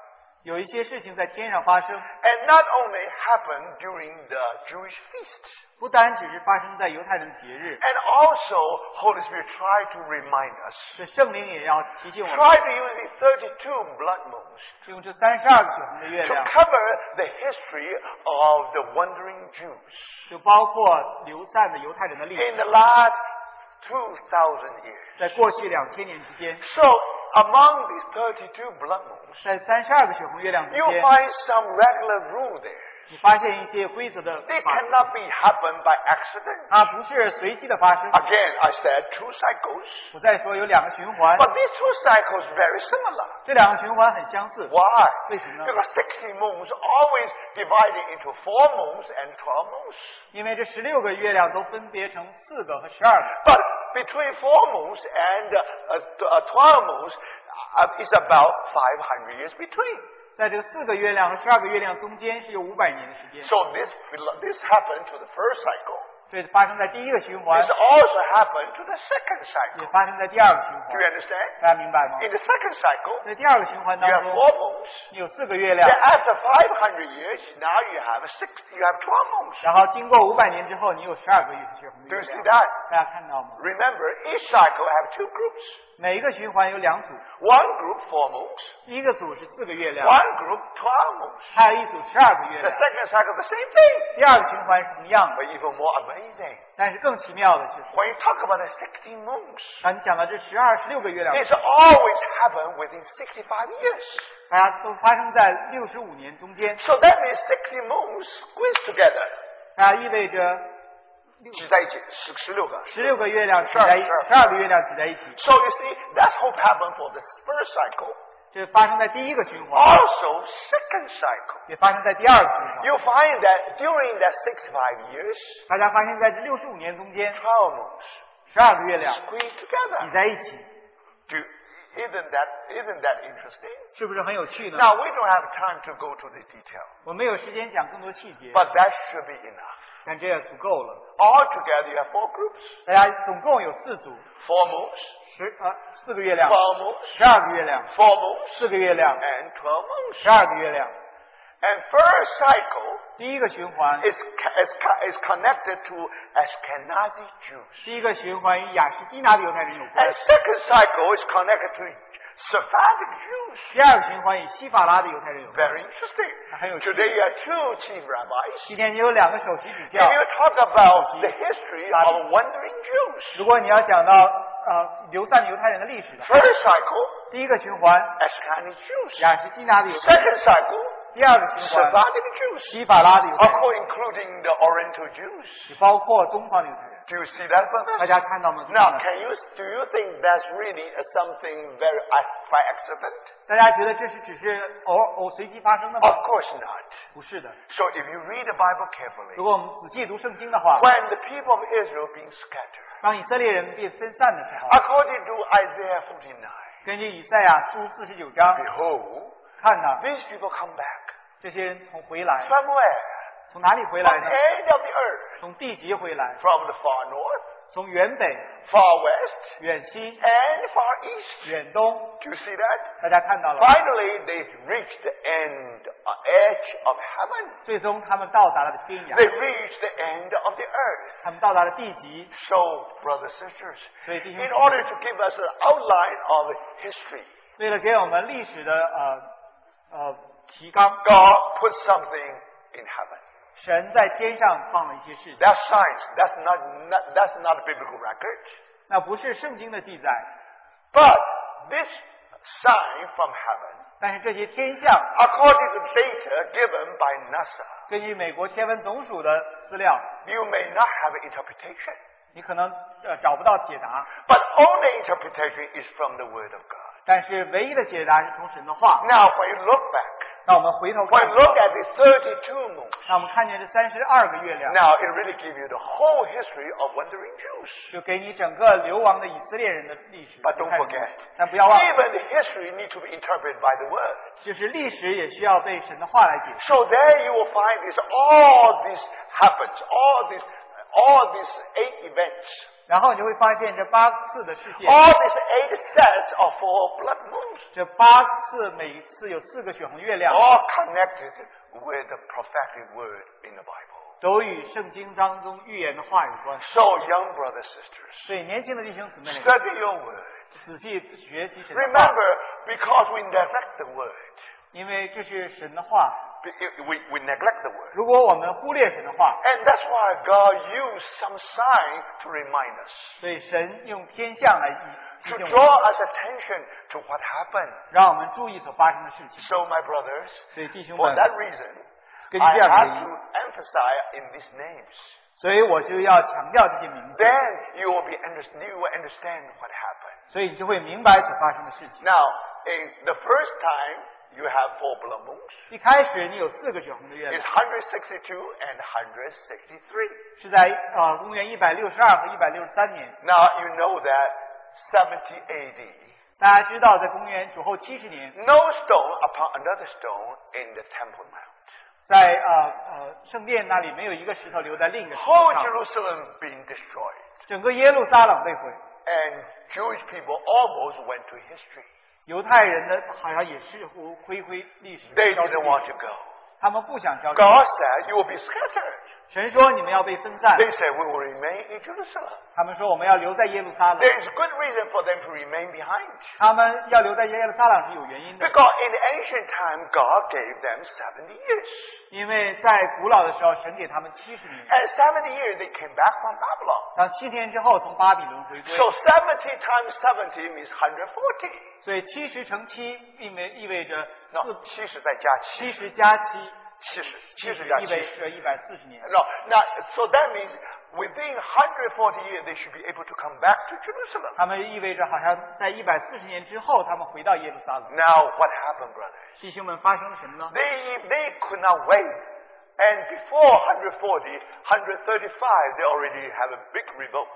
S1: 有一些事情在天上发生，
S2: And not only happen during the Jewish feast,
S1: 不单只是发生在犹太人的节日，
S2: and also Holy Spirit try to remind us.
S1: 这圣灵也要提醒我
S2: Try
S1: 们，
S2: to use the 32 blood moons
S1: 用这三十二个血红的月
S2: to
S1: 亮，
S2: cover the history of the wandering Jews
S1: 就包括流散的犹太人的历
S2: in the
S1: 史，
S2: last 2,000 years.
S1: 在过去两千年之间，
S2: So, among these 32 blood moons,
S1: 在三十二个血红月亮之
S2: you'll
S1: 间，
S2: find some regular rule there.
S1: 你发现一些规则的
S2: They
S1: 法则，
S2: cannot be happen by accident.
S1: 它不是随机的发生。
S2: Again, I said two cycles,
S1: 我再说有两个循环，
S2: but these two cycles very similar.
S1: 这两个循环很相似，
S2: Why?
S1: 为什么呢？
S2: Because 60 moons always divided into four moons and 12 moons.
S1: 因为这十六个月亮都分别成四个和十二个。
S2: But between four moons and uh, uh, 12 moons uh, is about 500 years between.
S1: 在这个四个月亮和十二个月亮中间是有五百年的时间，
S2: So this, this happened to the first cycle.
S1: 这发生在第一个循环
S2: This，also happened to the second
S1: 也
S2: cycle.
S1: 发生在第二个循
S2: Do you
S1: 环，
S2: understand?
S1: 大家明白吗？
S2: In the second cycle,
S1: 在第二个循环
S2: you
S1: 当
S2: have four
S1: 中，
S2: moons.
S1: 你有四个月
S2: Then
S1: 亮，
S2: after 500 years, now you have six, you have 12 moons.
S1: 然后经过五百年之后，你有十二个月血红
S2: Do
S1: 月
S2: you see
S1: 亮，
S2: that?
S1: 大家看到吗？
S2: Remember, each cycle have two groups.
S1: 每一个循环有两组，
S2: One group four moons,
S1: 第一个组是四个月亮，
S2: one group twelve moons.
S1: 还有一组十二个月
S2: The
S1: 亮。
S2: second cycle the same thing,
S1: 第二个循环是同样的，
S2: but even more amazing.
S1: 但是更奇妙的就是，
S2: When you talk about the 16 moons,
S1: 当你讲到这十二、十六个月亮，
S2: this always happen within 65 years.
S1: 大家都发生在六十五年中间，
S2: So that means 60 moons squeezed together.
S1: 大家意味着
S2: 挤在一起，十十六个。
S1: 十六个月亮挤在一起，
S2: 12
S1: 十二个月亮挤在一起，
S2: So you see, that's what happened for the first cycle.
S1: 这发生在第一个循环，
S2: Also, second cycle.
S1: 也发生在第二个循环。
S2: You find that during that six five years,
S1: 大家发现，在这六十五年中间，
S2: twelve moons
S1: 十二个月亮
S2: squeezed
S1: 挤
S2: together.
S1: 在一起，
S2: Do- isn't that isn't that interesting?
S1: 是不是很有趣呢？
S2: Now we don't have time to go to the detail,
S1: 我没有时间讲更多细节，
S2: but that should be enough.
S1: 但这也足够了。
S2: Altogether, you have four groups:
S1: 大家总共有四组，
S2: four moons,
S1: 十呃四个月亮，
S2: twelve moons,
S1: 十二个月亮，
S2: four moons,
S1: 四个月亮，
S2: and twelve moons.
S1: 十二个月亮。
S2: And first cycle
S1: 第一个循环，
S2: is ca- is ca- is connected to Ashkenazi Jews.
S1: 第一个循环与雅什基拿的犹太人有
S2: And
S1: 关，
S2: second cycle is connected to Sephardic Jews.
S1: 第二个循环与西法拉的犹太人有关。
S2: Very interesting.
S1: 还有-
S2: Today you have two chief rabbis.
S1: 今天也有两个首席主
S2: If
S1: 教。
S2: you talk about the history of wandering Jews,
S1: 如果你要讲到呃流散的犹太人的历史的话，
S2: first cycle,
S1: 第一个循环
S2: Ashkenazi Jews.
S1: 雅什基拿的犹太人，
S2: Second cycle,
S1: 第二个循环
S2: Sephardic Jews.
S1: 西法拉的犹太
S2: Of
S1: 人，
S2: course, including the Oriental Jews.
S1: 也包括东方的犹太人。
S2: Do you see that?
S1: 大家看到吗？
S2: Now, can you do you think that's really something very ac- by accident?
S1: 大家觉得这是只是偶偶随机发生的
S2: Of
S1: 吗？
S2: course not.
S1: 不是的。
S2: So if you read the Bible
S1: 如
S2: carefully,
S1: 果我们仔细读圣经的话，
S2: when the people of Israel being scattered,
S1: 当以色列人被分散的时候，
S2: according to Isaiah 49,
S1: 根据以赛亚书四十九章
S2: behold,
S1: 看呐，
S2: these people come back
S1: 这些人从回来，
S2: somewhere
S1: 从哪里回
S2: from
S1: 来
S2: the
S1: 呢？
S2: end of the earth,
S1: 从地极回来，
S2: from the far north,
S1: 从远北、
S2: far west,
S1: 远西、
S2: and far east.
S1: 远东，
S2: Do you see that?
S1: 大家看到了吗，
S2: Finally, they reached the end uh, edge of heaven.
S1: 最终他们到达了天
S2: They
S1: 涯，
S2: reached the end of the earth.
S1: 他们到达了地极。
S2: So, brothers and sisters,
S1: 所以弟兄
S2: in
S1: 姊
S2: order
S1: 妹，
S2: to give us an outline of history,
S1: 为了给我们历史的呃呃提纲，
S2: God put something in heaven.
S1: 神在天上放了一些事情，
S2: That's science. That's not, not that's not a biblical record.
S1: 那不是圣经的记载，
S2: But this sign from heaven,
S1: 但是这些天象
S2: according to data given by NASA,
S1: 根据美国天文总署的资料，
S2: you may not have an interpretation.
S1: 你可能呃找不到解答，
S2: But only interpretation is from the Word of God.
S1: 但是唯一的解答是从神的话。
S2: Now, when you look back,
S1: 那我们回头
S2: when
S1: 看
S2: you，look at the 32 moons,
S1: 那我们看见这三十二个月亮，
S2: now it really gives you the whole history of wandering Jews.
S1: 就给你整个流亡的以色列人的历史。
S2: But don't
S1: 看见
S2: forget,
S1: 但不要忘了，
S2: even the history need to be interpreted by the Word.
S1: 就是历史也需要被神的话来解释。
S2: So there you will find this, all this happens, all this, all these eight events,
S1: 然后你会发现，这八次的事件，
S2: all these eight sets of four blood moons,
S1: 这八次每次有四个血红月亮，
S2: all connected with the prophetic word in the Bible.
S1: 都与圣经当中预言的话有关。
S2: So, young brothers, sisters,
S1: 所以，年轻的弟兄姊妹，
S2: study your word.
S1: 仔细学习神的话，
S2: Remember, because we neglect the word,
S1: 因为这是神的话。
S2: be- we, we neglect the word.
S1: 如果我们忽略神的话，
S2: And that's why God used some sign to remind us,
S1: 所以神用天象来提
S2: to
S1: 醒我
S2: draw
S1: 们，
S2: us attention to what happened.
S1: 让我们注意所发生的事情。
S2: So, my brothers,
S1: 所以弟兄
S2: for
S1: 们，
S2: that reason,
S1: 根据
S2: I
S1: 这样
S2: have
S1: 的
S2: to
S1: 原因，
S2: emphasize in these names.
S1: 所以我就要强调这些名字，
S2: Then you will be under- you will understand what happened.
S1: 所以你就会明白所发生的事情。
S2: Now, in the first time you have four blood moons,
S1: 一开始你有四个血红的月
S2: it's
S1: 亮，
S2: 162 and 163.
S1: 是在呃公元一百六十二和一百六十三年。
S2: Now you know that 70 AD,
S1: 大家知道，在公元主后七十年，
S2: no stone upon another stone in the Temple Mount.
S1: 在呃呃圣殿那里没有一个石头留在另一个石头
S2: Whole
S1: 上，
S2: Jerusalem being destroyed,
S1: 整个耶路撒冷被毁，
S2: and Jewish people almost went to history.
S1: 犹太人的好像也是乎灰灰历史
S2: They
S1: 消失
S2: didn't want to go.
S1: 他们不想消失。
S2: God said, "You will be scattered."
S1: 神说你们要被分散，
S2: They said, "We will remain in Jerusalem."
S1: 他们说我们要留在耶路撒冷，
S2: There is good reason for them to remain behind
S1: 他们要留在耶路撒冷是有原因的，
S2: because in the ancient time God gave them 70 years,
S1: 因为在古老的时候，神给他们七十年，
S2: and 70 years they came back from Babylon.
S1: 当七天之后从巴比伦回归，
S2: So 70 times 70 means 140.
S1: 所以七十乘七意味意味着
S2: No,
S1: 四
S2: 七十再加
S1: 七，
S2: 七
S1: 十加七，
S2: 七十，七
S1: 七
S2: 十
S1: 十
S2: 加
S1: 意
S2: 七
S1: 味
S2: 十。
S1: 着一百四十年，
S2: No, now, so that means within 140 years they should be able to come back to Jerusalem.
S1: 他们意味着好像在一百四十年之后，他们回到耶路撒冷。
S2: Now, what happened, brothers?
S1: 弟兄们，发生了什么呢？
S2: They, they could not wait. And before 140, 135, they already have a big revolt.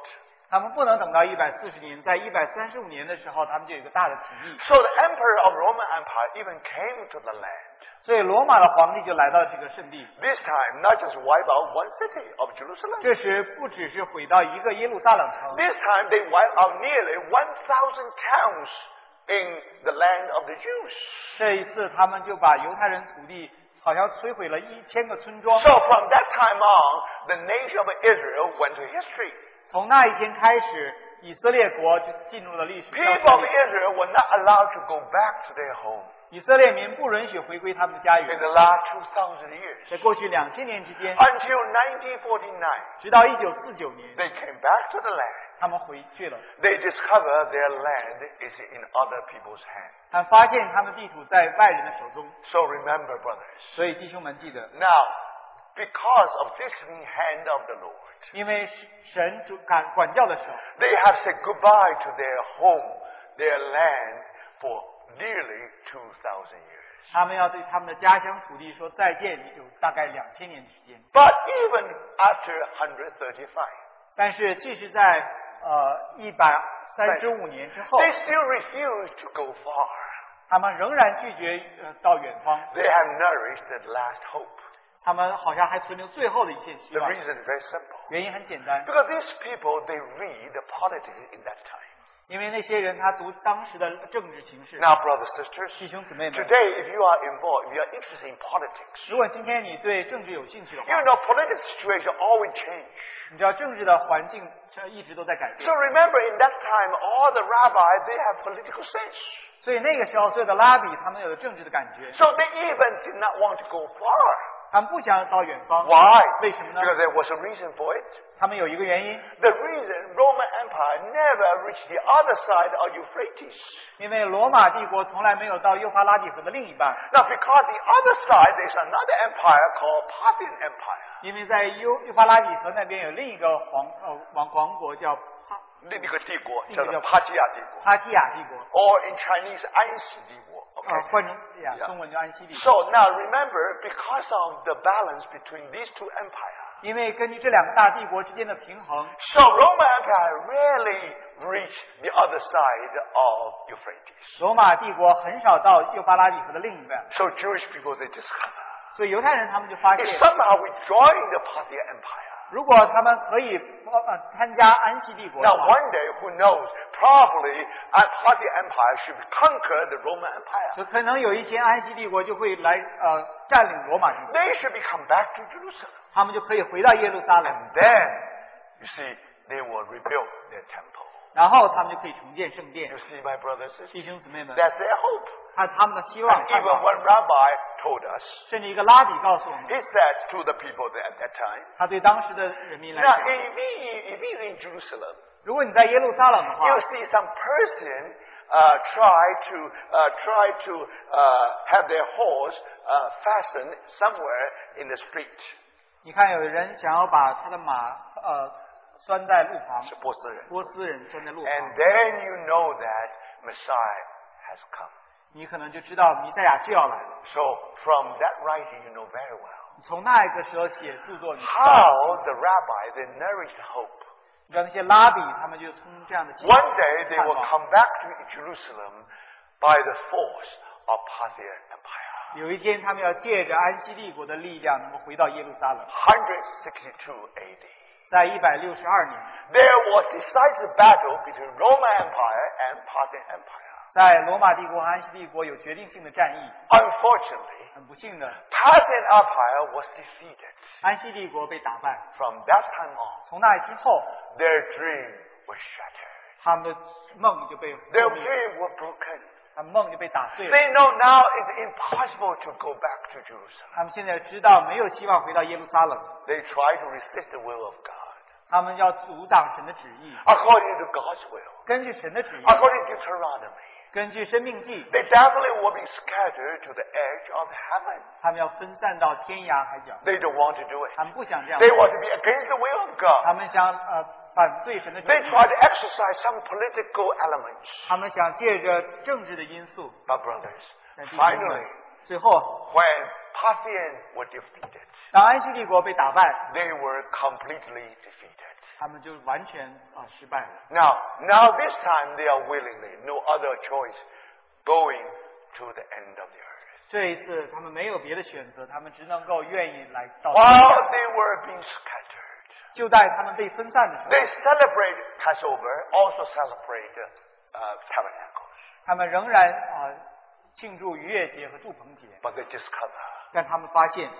S1: 他们不能等到一百四十年，在一百三十五年的时候，他们就有一个大的起义，
S2: So the emperor of Roman Empire even came to the land.
S1: 所以罗马的皇帝就来到这个圣地。
S2: This time, not just wipe out one city of Jerusalem.
S1: 这时不只是毁到一个耶路撒冷城，
S2: This time, they wipe out nearly 1,000 towns in the land of the Jews.
S1: 这一次他们就把犹太人土地好像摧毁了一千个村庄
S2: So。from that time on, the nation of Israel went to history.
S1: 从那一天开始，以色列国就进入了历史上
S2: People
S1: 的
S2: of
S1: 历史。
S2: Israel were not allowed to go back to their home
S1: 以色列民不允许回归他们的家
S2: in
S1: 园。
S2: the last 2,000 years.
S1: 在过去两千年之间，
S2: Until 1949,
S1: 直到一九四九年，
S2: they came back to the land.
S1: 他们回去了。
S2: They discovered their land is in other people's hands.
S1: 他发现他们地图在外人的手中。
S2: So remember, brothers,
S1: 所以弟兄们记得，
S2: now because of this hand of the Lord.
S1: 因为神主管管教的时候，
S2: They have said goodbye to their home, their land for nearly 2,000 years.
S1: 他们要对他们的家乡土地说再见，有大概两千年时间。
S2: But even after 135,
S1: 但是即使在呃一百三十五年之后，
S2: they still refuse to go far.
S1: 他们仍然拒绝呃到远方，
S2: They have nourished the last hope.
S1: 他们好像还存留最后的一线希
S2: The
S1: 望。
S2: reason is very simple.
S1: 原因很简单，
S2: Because these people, they read the politics in that time.
S1: 因为那些人他读当时的政治形势。
S2: Now, brothers, sisters,
S1: 弟兄姊妹们，
S2: today if you are involved, if you are interested in politics,
S1: 如果今天你对政治有兴趣的话
S2: you，know political situation always change.
S1: 你知道政治的环境这一直都在改
S2: So
S1: 变，
S2: remember, in that time, all the rabbis, they have political sense.
S1: 所以那个时候所有的拉比他们有政治的感觉，
S2: So they even did not want to go far.
S1: 他们不想到远方。
S2: Why?
S1: 为什么呢？
S2: Because there was a reason for it.
S1: 他们有一个原因，
S2: The reason Roman Empire never reached the other side of Euphrates.
S1: 因为罗马帝国从来没有到幼发拉底河的另一半，
S2: Now, because the other side, there's another empire called Parthian Empire.
S1: 因为在幼幼发拉底河那边有另一个皇呃王王国叫帕
S2: 那个帝国叫做帕提亚帝国
S1: 帕提亚帝国，
S2: ，or in Chinese 安息帝国。
S1: 啊、
S2: Okay.
S1: 换成呀
S2: Yeah.
S1: 中文叫安息帝国。
S2: So now remember, because of the balance between these two empires,
S1: 因为根据这两个大帝国之间的平衡，
S2: so Roman Empire rarely reached the other side of Euphrates.
S1: 罗马帝国很少到幼发拉底河的另一半，
S2: So Jewish people they discover
S1: 所以犹太人他们就发
S2: if
S1: 现，
S2: somehow we join the Parthian Empire.
S1: 如果他们可以呃参加安息帝国的
S2: Now
S1: 话，
S2: one day, who knows? Probably, a Parthian Empire should conquer the Roman Empire.
S1: 就可能有一天安息帝国就会来呃占领罗马帝国，
S2: They should be come back to Jerusalem.
S1: 他们就可以回到耶路撒冷，
S2: And then, you see, they will rebuild their temple.
S1: 然后他们就可以重建圣
S2: You
S1: 殿。
S2: see, my brothers and sisters,
S1: 弟兄姊妹们，
S2: that's their hope.
S1: 他他们的希
S2: And
S1: 望，盼
S2: even
S1: 望
S2: one rabbi told us,
S1: 甚至一个拉比告诉我们，
S2: he said to the people there at that time,
S1: 他对当时的人民来
S2: now
S1: 讲，
S2: if we if he's in Jerusalem,
S1: 如果你在耶路撒冷的话，
S2: you'll see some person uh, try to uh, try to uh, have their horse uh, fastened somewhere in the street.
S1: 你看有人想要把他的马呃拴在路旁，
S2: 是波斯人。
S1: 波斯人拴在路
S2: And
S1: 旁，
S2: then you know that Messiah has come.
S1: 你可能就知道弥赛亚就要来了。
S2: So from that writing, you know very well
S1: 从那个时候写著作，你知道
S2: how the rabbi they nourished hope.
S1: 你知道那些拉比他们就从这样的信仰
S2: One day they
S1: 盼
S2: will
S1: 望
S2: come back to Jerusalem by the force of Parthian Empire.
S1: 有一天他们要借着安息帝国的力量，能够回到耶路撒冷。
S2: 162 AD.
S1: 在一百六十二年，
S2: There was decisive battle between Roman Empire and Parthian Empire.
S1: 在罗马帝国和安息帝国有决定性的战役。
S2: Unfortunately,
S1: 很不幸的，
S2: Parthian Empire was defeated.
S1: 安息帝国被打败。
S2: From that time on,
S1: 从那之后，
S2: their dream was shattered.
S1: 他们的梦就被
S2: Their
S1: 破灭，
S2: dream was broken.
S1: 他们梦就被打碎了。
S2: They know now it's impossible to go back to Jerusalem.
S1: 他们现在知道没有希望回到耶路撒冷，
S2: They try to resist the will of God.
S1: 他们要阻挡神的旨意，
S2: According to God's will,
S1: 根据神的旨意，
S2: according to Deuteronomy,
S1: 根据生命记，
S2: they definitely will be scattered to the edge of heaven.
S1: 他们要分散到天涯海角。
S2: They don't want to do it.
S1: 他们不想这样
S2: They，want to be against the will of God.
S1: 他们想呃反对神的旨
S2: They
S1: 意，
S2: try to exercise some political elements.
S1: 他们想借着政治的因素。
S2: My brothers,
S1: 但弟兄们
S2: finally,
S1: 最后，
S2: when Parthian were defeated,
S1: 当安息帝国被打败，
S2: they were completely defeated.
S1: 他们就完全啊、失败了。
S2: Now, now this time they are willingly, no other choice, going to the end of the earth.
S1: 这一次，他们没有别的选择，他们只能够愿意来到。
S2: While they were being scattered,
S1: 就在他们被分散的时候，
S2: they celebrate Passover, also celebrate uh, tabernacles,
S1: 他们仍然啊、庆祝逾越节和祝棚节，
S2: but they discover
S1: 但他们发现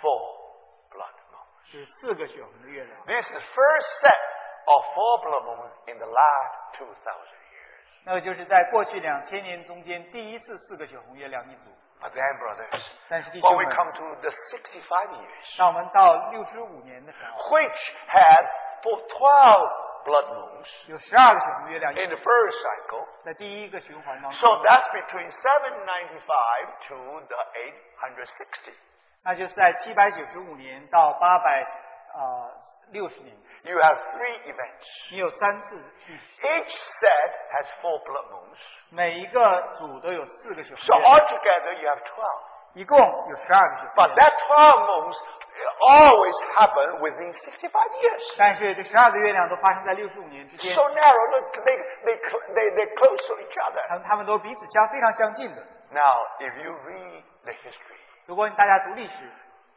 S2: four blood moons.
S1: 是四个血红的月亮。
S2: This is first set of four blood moons in the last 2,000 years.
S1: 那个就是在过去两千年中间第一次四个血红月亮一组。
S2: But then, brothers,
S1: 但是弟
S2: when
S1: 兄
S2: we
S1: 们，
S2: come to the 65 years,
S1: 当我们到六十五年的时候，
S2: which had for 12 blood moons
S1: 有十二个血红月亮
S2: in the first cycle,
S1: 在第一个循环当
S2: So
S1: 中，
S2: that's between 795 to the 860.
S1: 那就是在七百九十五年到八百呃六十年，
S2: You have three events.
S1: 你有三次去，
S2: Each set has four blood moons.
S1: 每一个组都有四个小时
S2: So，altogether you have 12.
S1: 一共有十二个小
S2: But
S1: 时。
S2: that 12 moons always happen within 65 years.
S1: 但是这十二个月亮都发生在六十五年之间
S2: So，narrow, look, they, they, cl- they, they're close to each other.
S1: 他们他们都彼此相非常相近的。
S2: Now, if you read the history,
S1: 如果你大家读历史，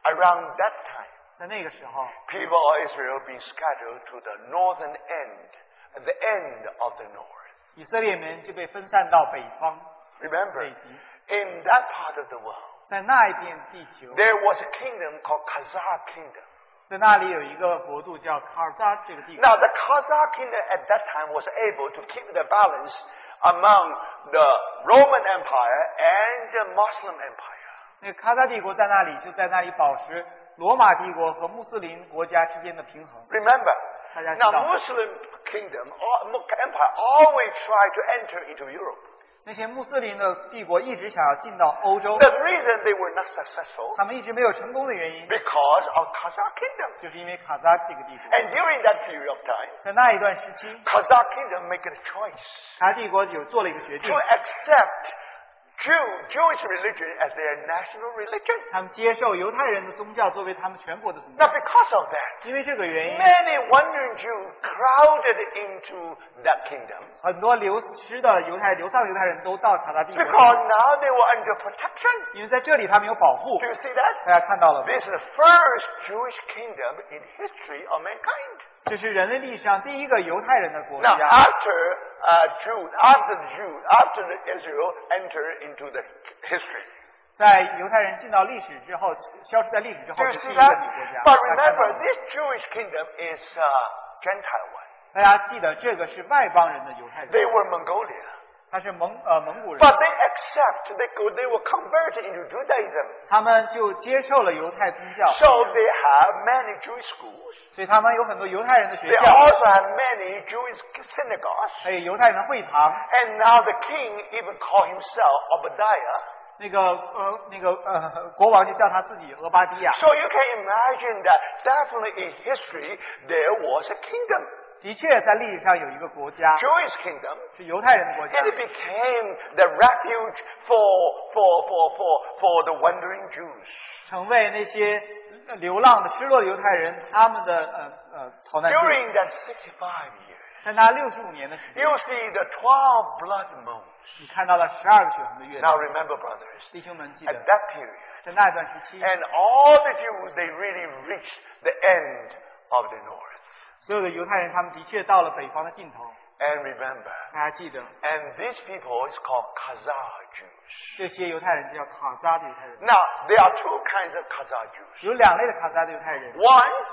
S2: around that time,
S1: 在那个时候，
S2: people of Israel being scattered to the northern end, at the end of the north.
S1: 以色列人就被分散到北方，
S2: Remember,
S1: Thank you.
S2: in that part of the world,
S1: 在那一片地球，
S2: there was a kingdom called Khazar Kingdom.
S1: 在那里有一个国度叫卡尔扎这个地方。
S2: Now, the Khazar Kingdom at that time was able to keep the balance among the Roman Empire and the Muslim Empire.
S1: 那个卡扎帝国在那里就在那里保持罗马帝国和穆斯林国家之间的平衡。
S2: Remember,
S1: 大家知道。
S2: now Muslim Kingdom, or Mu- Empire, always tried to enter into Europe.
S1: 那些穆斯林的帝国一直想要进到欧洲，
S2: The reason they were not successful
S1: 他们一直没有成功的原因，
S2: because of Khazar Kingdom.
S1: 就是因为卡扎这个帝国
S2: And during that period of time,
S1: 在那一段时期，
S2: Khazar Kingdom made a choice
S1: 卡帝国有做了一个决定
S2: to，accept Jew, Jewish religion as their national religion.
S1: 他们接受犹太人的宗教作为他们全国的宗
S2: Now,
S1: 教。
S2: because of that,
S1: 因为这个原因，
S2: many wandering Jews crowded into that kingdom
S1: 很多流失的犹太流散犹太人都到卡扎帝国，
S2: because now they were under protection.
S1: 因为在这里他们有保护
S2: Do。you see that?
S1: 大家看到了吗？
S2: This is the first Jewish kingdom in history of mankind.
S1: 这是人类历史上第一个犹太人的国
S2: Now,
S1: 家。
S2: after uh, Jude, after the Jude, after the Israel entered into the history.
S1: 在犹太人进到历史之后，消失在历史之
S2: Do
S1: 后，这
S2: you
S1: 是
S2: see
S1: 一个国
S2: that?
S1: 家。
S2: 啊 But
S1: 大家看
S2: remember,
S1: 到了
S2: this Jewish kingdom is uh, Gentile one.
S1: 大家记得这个是外邦人的犹太人，
S2: They were Mongolia.
S1: 他是蒙呃蒙古人，
S2: But they accept, they, go- they were converted into Judaism.
S1: 他们就接受了犹太宗教，
S2: So they have many Jewish schools.
S1: 所以他们有很多犹太人的学
S2: They
S1: 校，
S2: also have many Jewish synagogues.
S1: 还有犹太人的会堂。
S2: And now the king even called himself Obadiah.
S1: 那个呃那个呃国王就叫他自己俄巴迪亚。
S2: So you can imagine that definitely in history there was a kingdom,
S1: 的确，在历史上有一个国家
S2: Jewish kingdom,
S1: 是犹太人的国家
S2: and，it became the refuge for for for for for the wandering Jews.
S1: 成为那些呃流浪的、失落的犹太人他们的呃呃逃难地。
S2: During that 65 years,
S1: 在那六十五年的时间，
S2: you see the 12 blood moons.
S1: 你看到了十二个血红的月
S2: Now
S1: 亮。
S2: remember, brothers,
S1: 弟兄们，记
S2: at
S1: 得
S2: that period,
S1: 在那段时期，
S2: and all the Jews they really reached the end of the north.
S1: 所有的犹太人他们的确到了北方的尽头。
S2: And remember,
S1: 大家记得，
S2: and these people is called Khazar Jews.
S1: 这些犹太人叫卡扎的犹太人，
S2: Now there are two kinds of Khazar Jews.
S1: 有两类的卡扎的犹太人，
S2: One,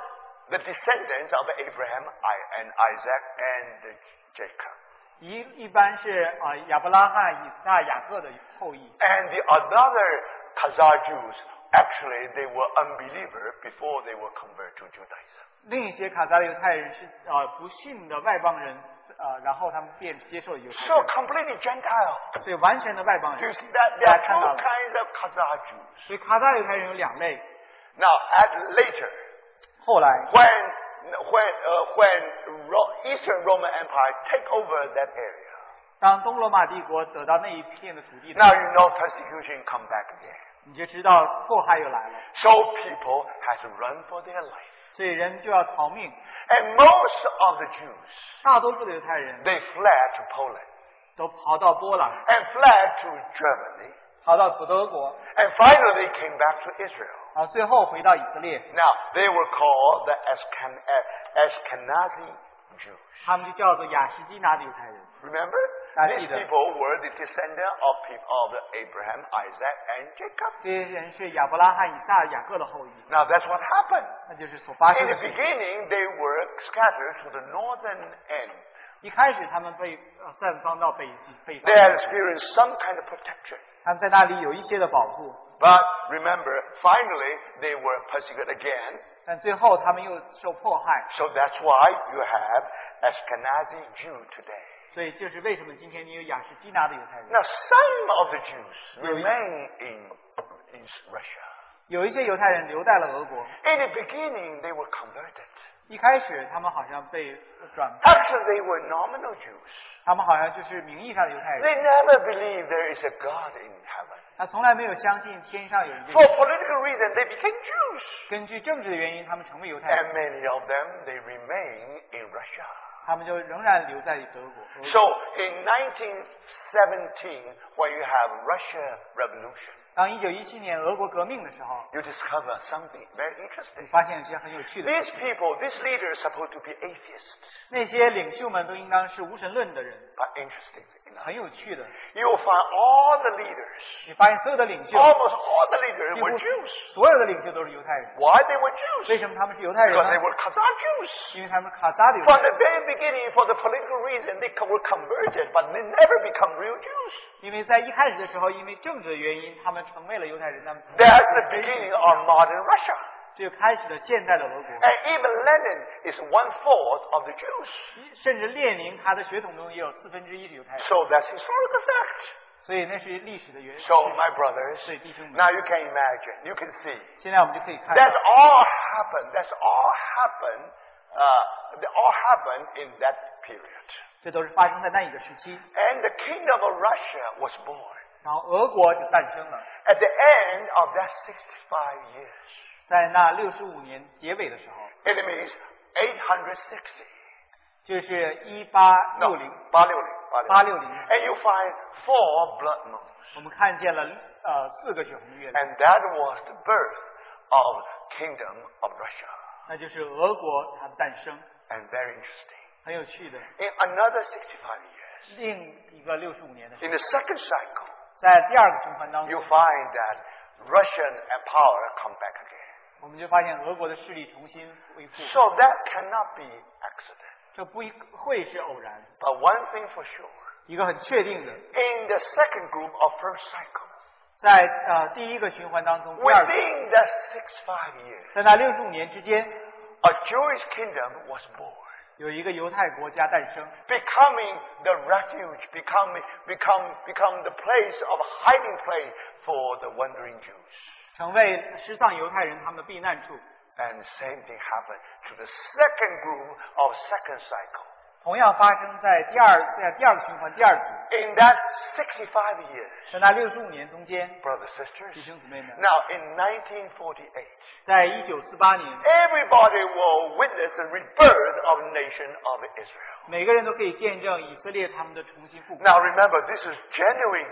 S2: the descendants of Abraham I- and Isaac and Jacob.
S1: 一一般是啊、呃亚伯拉罕、以撒、雅各的后裔，
S2: And the other Khazar Jews, actually, they were unbeliever before they were converted to Judaism.
S1: 另一些卡扎的犹太人是啊、呃不信的外邦人，呃，然后他们便接受了犹太
S2: So
S1: 人，
S2: completely Gentile.
S1: 所以完全的外邦
S2: Do you
S1: 人。
S2: see that? There are two kinds of Khazar Jews.
S1: 所以卡扎的犹太人有两类。
S2: Now, at later,
S1: 后来，
S2: when when uh, when Ro- Eastern Roman Empire take over that area,
S1: 当东罗马帝国得到那一片的土地的时候
S2: now you know persecution come back again.
S1: 你就知道迫害又来了，
S2: So people had to run for their life.
S1: 所以人就要逃命。
S2: And most of the Jews,
S1: 大多数的犹太人
S2: they fled to Poland
S1: 都逃到波兰，
S2: and fled to Germany
S1: 逃到德国，
S2: and finally came back to Israel.
S1: 啊，最后回到以色列，
S2: Now, they were called the Ashken- eh, Ashkenazi Jews.
S1: 他们就叫做雅什基拿的犹太人。
S2: Remember?
S1: That's
S2: These
S1: it.
S2: people were the descendant of, people, of Abraham, Isaac, and Jacob.
S1: 这些人是亚伯拉罕、以撒、雅各的后裔，
S2: Now, that's what happened.
S1: 那就是所发
S2: In
S1: 生的
S2: the
S1: 事情。
S2: beginning, they were scattered to the northern end.
S1: 一开始他们被呃散放到北极北
S2: They had
S1: 方，
S2: experienced some kind of protection.
S1: 他们在那里有一些的保护，
S2: But remember, finally they were persecuted again.
S1: 但最后他们又受迫害，
S2: So that's why you have Ashkenazi Jew today.
S1: 所以就是为什么今天你有雅什基拿的犹太人，
S2: Now some of the Jews remain in, in Russia.
S1: 有一些犹太人留在了俄国，
S2: In the beginning, they were converted.
S1: 一开始他们好像被转，
S2: Actually, they were nominal Jews.
S1: 他们好像就是名义上的犹太人，
S2: They never believed there is a God in heaven.
S1: 他从来没有相信天上有一个
S2: For
S1: 神。
S2: political reason, they became Jews.
S1: 根据政治的原因，他们成为犹太人，
S2: And many of them, they remain in Russia.
S1: 他们就仍然留在德国。俄国
S2: So in 1917, when you have Russia Revolution,
S1: 当一九一七年俄国革命的时候，
S2: you discover something very
S1: 你
S2: interesting.
S1: 发现一些很有趣的事
S2: These
S1: 情。
S2: people, these leaders, are supposed to be atheists,
S1: 那些领袖们都应当是无神论的人，
S2: but interesting
S1: 很
S2: enough,
S1: 有趣的。
S2: you will find all the leaders,
S1: 你发现所有的领袖，
S2: almost all the leaders
S1: 几
S2: were
S1: 乎
S2: Jews.
S1: 所有的领袖都是犹太人。
S2: Why they were Jews?
S1: 为什么他们是犹太人
S2: Because
S1: 呢
S2: they？were Kazakh Jews.
S1: 因为他们是卡扎的犹太
S2: From
S1: 人，
S2: the very beginning, for the political reason, they co- were converted, but they never become real Jews.
S1: 因为在一开始的时候，因为政治的原因，他们成为了犹太人。他们
S2: That's the beginning of modern Russia.
S1: 这就开始了现在的俄国，
S2: And even Lenin is one fourth of the Jews.
S1: 甚至列宁他的血统中也有四分之一是犹太人，
S2: So that's historical fact.
S1: 所以那是历史的原因。
S2: So, my brothers,
S1: 所以弟兄们，
S2: now you can imagine, you can see.
S1: 现在我们就可以看到
S2: That's all happened. That's all happened. Uh, they all happened in that period.
S1: 这都是发生在那一个时期，
S2: And the kingdom of Russia was born.
S1: 然后俄国就诞生了。
S2: At the end of that 65 years,
S1: 在那六十五年结尾的时候，
S2: it means 860.
S1: 就是一八
S2: No,
S1: 六零
S2: 860.
S1: 八六零，
S2: And you find four blood moons.
S1: 我们看见了呃四个血红月亮，
S2: And that was the birth of kingdom of Russia.
S1: 那就是俄国它的诞生，
S2: And very interesting.
S1: 很有趣的。
S2: In another 65 years,
S1: 另一个六十五年的时候，
S2: in the second cycle,
S1: 在第二个循环当
S2: you
S1: 中，
S2: find that Russian power come back again.
S1: 我们就发现俄国的势力重新恢复，
S2: So that cannot be accident.
S1: 这不一会是偶然。
S2: But one thing for sure,
S1: 一个很确定的，
S2: in the second group of first cycle,
S1: 在呃第一个循环当中，第二个，
S2: within that six five years,
S1: 在那六十五年之间，
S2: a Jewish kingdom was born.
S1: 有一个犹太国家诞生，
S2: becoming the refuge, becoming become become the place of hiding place for the wandering Jews.
S1: 成为失丧犹太人他们的避难处。
S2: And same thing happened to the second group of second cycle.
S1: 同样发生在第二在第二个循环第二组，
S2: In that 65 years,
S1: 在那六十五年中间，
S2: brothers sisters.
S1: 弟兄姊妹们，
S2: Now in 1948,
S1: 在一九四八年，
S2: everybody will witness the rebirth of nation of Israel.
S1: 每个人都可以见证以色列他们的重新复国。
S2: Now remember, this is genuine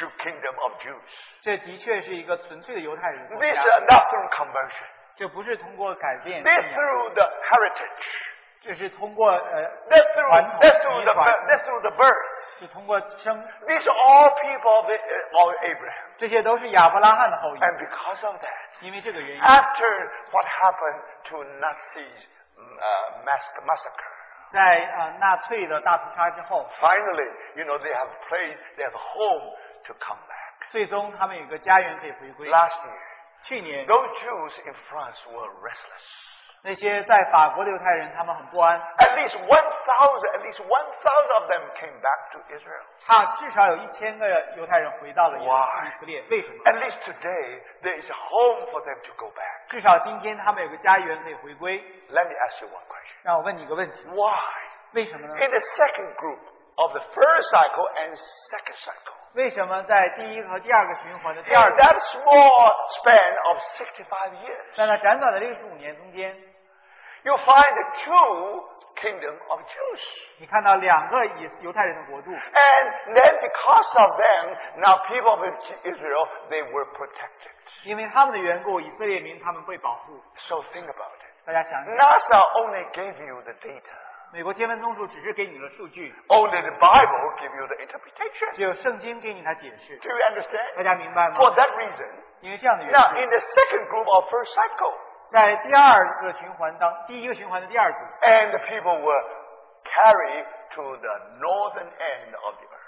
S2: to kingdom of Jews.
S1: 这的确是一个纯粹的犹太人国
S2: This
S1: 家
S2: is，not through conversion.
S1: 这不是通过改变
S2: This
S1: 信仰
S2: through the heritage.
S1: 这是通过呃
S2: That's through,
S1: 传统
S2: that's through
S1: 遗
S2: the
S1: 传，
S2: that's through the birth.
S1: 是通过生，
S2: These are all people of, the- uh, of Abraham,
S1: 这些都是亚伯拉罕的后裔。
S2: and because of that,
S1: 因为这个原因，
S2: after what happened to Nazis' uh, mass massacre,
S1: 在呃纳粹的大屠杀之后，
S2: finally, you know, they have place, they have home to come back.
S1: 最终他们有个家园可以回归。
S2: Last year,
S1: 去年
S2: those Jews in France were restless.
S1: 那些在法国的犹太人，他们很不安，
S2: At least one thousand, at least one thousand of them came back to Israel.
S1: 差至少有一千个犹太人回到了以
S2: Why？
S1: 以色列。为什么？
S2: At least today, there is a home for them to go back.
S1: 至少今天他们有个家园可以回归。
S2: Let me ask you one question.
S1: 让我问你一个问题：
S2: Why?
S1: 为什么呢？
S2: In the second group of the first cycle and second cycle.
S1: 为什么在第一个和第二个循环的第
S2: In
S1: 二个，
S2: that small span of 65 years,
S1: 在那辗转的六十五年中间，
S2: you find the true kingdom of Jews.
S1: 你看到两个以犹太人的国度，
S2: And then because of them, now people of Israel, they were protected.
S1: 因为他们的缘故，以色列民他们被保护。
S2: So think about it.
S1: 大家想一想，
S2: NASA only gave you the data.
S1: 美国天文总署只是给你了数据，
S2: Only the Bible give you the interpretation.
S1: 只有圣经给你它解释。
S2: Do you
S1: 大
S2: understand?
S1: 家明白吗？
S2: For that reason,
S1: 因为这样的原
S2: now in
S1: 因，
S2: the second group of first cycle,
S1: 在第二个循环当第一个循环的第二组，
S2: And the people were carried to the northern end of the earth.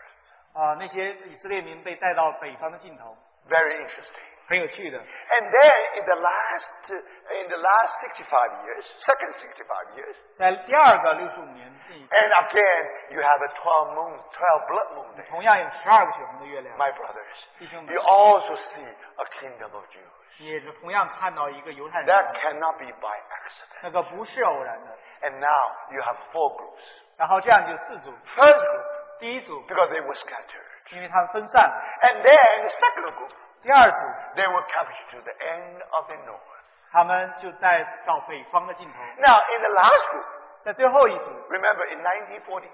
S1: 啊、那些以色列民被带到北方的尽头，
S2: Very interesting.
S1: 很有趣的。
S2: And then in the last uh, in the last 65 years, second 65 years,
S1: 在第二个六十五年这一
S2: and again you have a 12 moon, 12 blood moon day.
S1: 同样有十二个血红的月亮，
S2: My brothers,
S1: 弟兄们
S2: you，also see a kingdom of Jews.
S1: 也是同样看到一个犹太人的
S2: That
S1: 国，
S2: cannot be by accident.
S1: 那个不是偶然的。
S2: And now you have four groups.
S1: 然后这样就四组，
S2: First group,
S1: 第一组
S2: because they were scattered.
S1: 因为他们分散，
S2: And then the second group,
S1: 第二组
S2: they were captured to the end of the north.
S1: 他们就带到北方的尽头，
S2: Now, in the last group,
S1: 在最后一组，
S2: remember in 1948,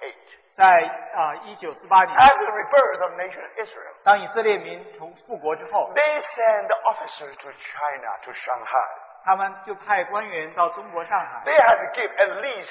S1: 在啊一九四八年，
S2: after the rebirth of nation Israel,
S1: 当以色列民从复国之后，
S2: they send the officers to China, to Shanghai.
S1: 他们就派官员到中国上海，
S2: They had to give at least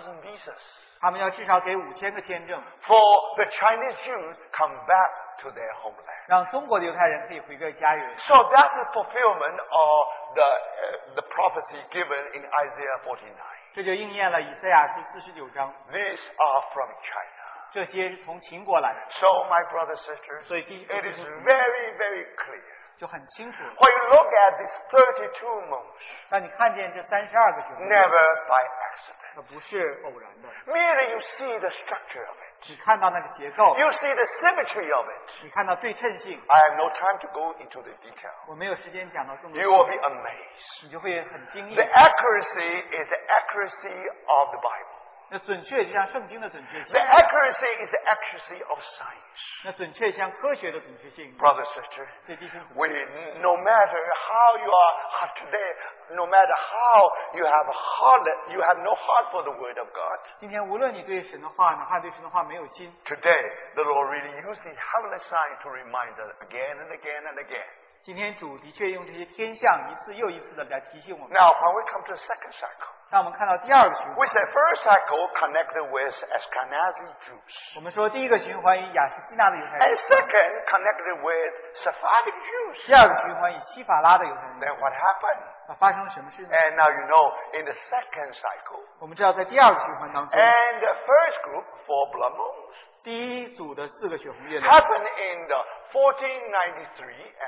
S2: 5,000 visas
S1: 他们要至少给五千个签证，
S2: for the Chinese Jews come back to their homeland.
S1: 让中国的犹太人可以回归家园。
S2: So that's the fulfillment of the, uh, the prophecy given in Isaiah 49.
S1: 这就应验了以赛亚书四十九章，
S2: These are from China.
S1: 这些是从秦国来的，
S2: So, my brothers and sisters,
S1: 所以第一
S2: it is
S1: 就
S2: very, very clear.
S1: 就很清楚了。
S2: When you look at these 32 months,
S1: 让你看见这三十二个角色，
S2: never by accident.
S1: 可不是偶然的。
S2: Merely you see the structure of it.
S1: 只看到那个结构，
S2: You see the symmetry of it.
S1: 你看到对称性。
S2: I have no time to go into the detail.
S1: 我没有时间讲到更多
S2: You will
S1: 细
S2: be
S1: 节，
S2: amazed.
S1: 你就会很惊异
S2: The。accuracy is the accuracy of the Bible.
S1: 那准确就像圣经的准确性
S2: The，accuracy is the accuracy of science.
S1: 那准确像科学的准确性。
S2: Brother, sister,
S1: 所以弟兄姊妹，
S2: we, no matter how you are today, no matter how you have a heart, you have no heart for the Word of God.
S1: 今天无论你对神的话，哪怕对神的话没有心，
S2: Today, the Lord really used these heavenly signs to remind us again and again and again.
S1: 今天主的确用这些天象一次又一次的来提醒我们。
S2: Now, when we come to the second cycle,
S1: 让我们看到第二个循环。
S2: we say first cycle connected with Ashkenazi Jews,
S1: 我们说第一个循环以雅什基纳的犹太
S2: and
S1: 人，
S2: second connected with Sephardic Jews.
S1: 第二个循环以西法拉的犹太
S2: Then
S1: 人。
S2: what happened?
S1: 那发生了什么事呢？
S2: And now you know in the second cycle,
S1: 我们知道在第二个循环当中，
S2: and the first group, four blood moons,
S1: 第一组的四个血红月亮
S2: happened in the 1493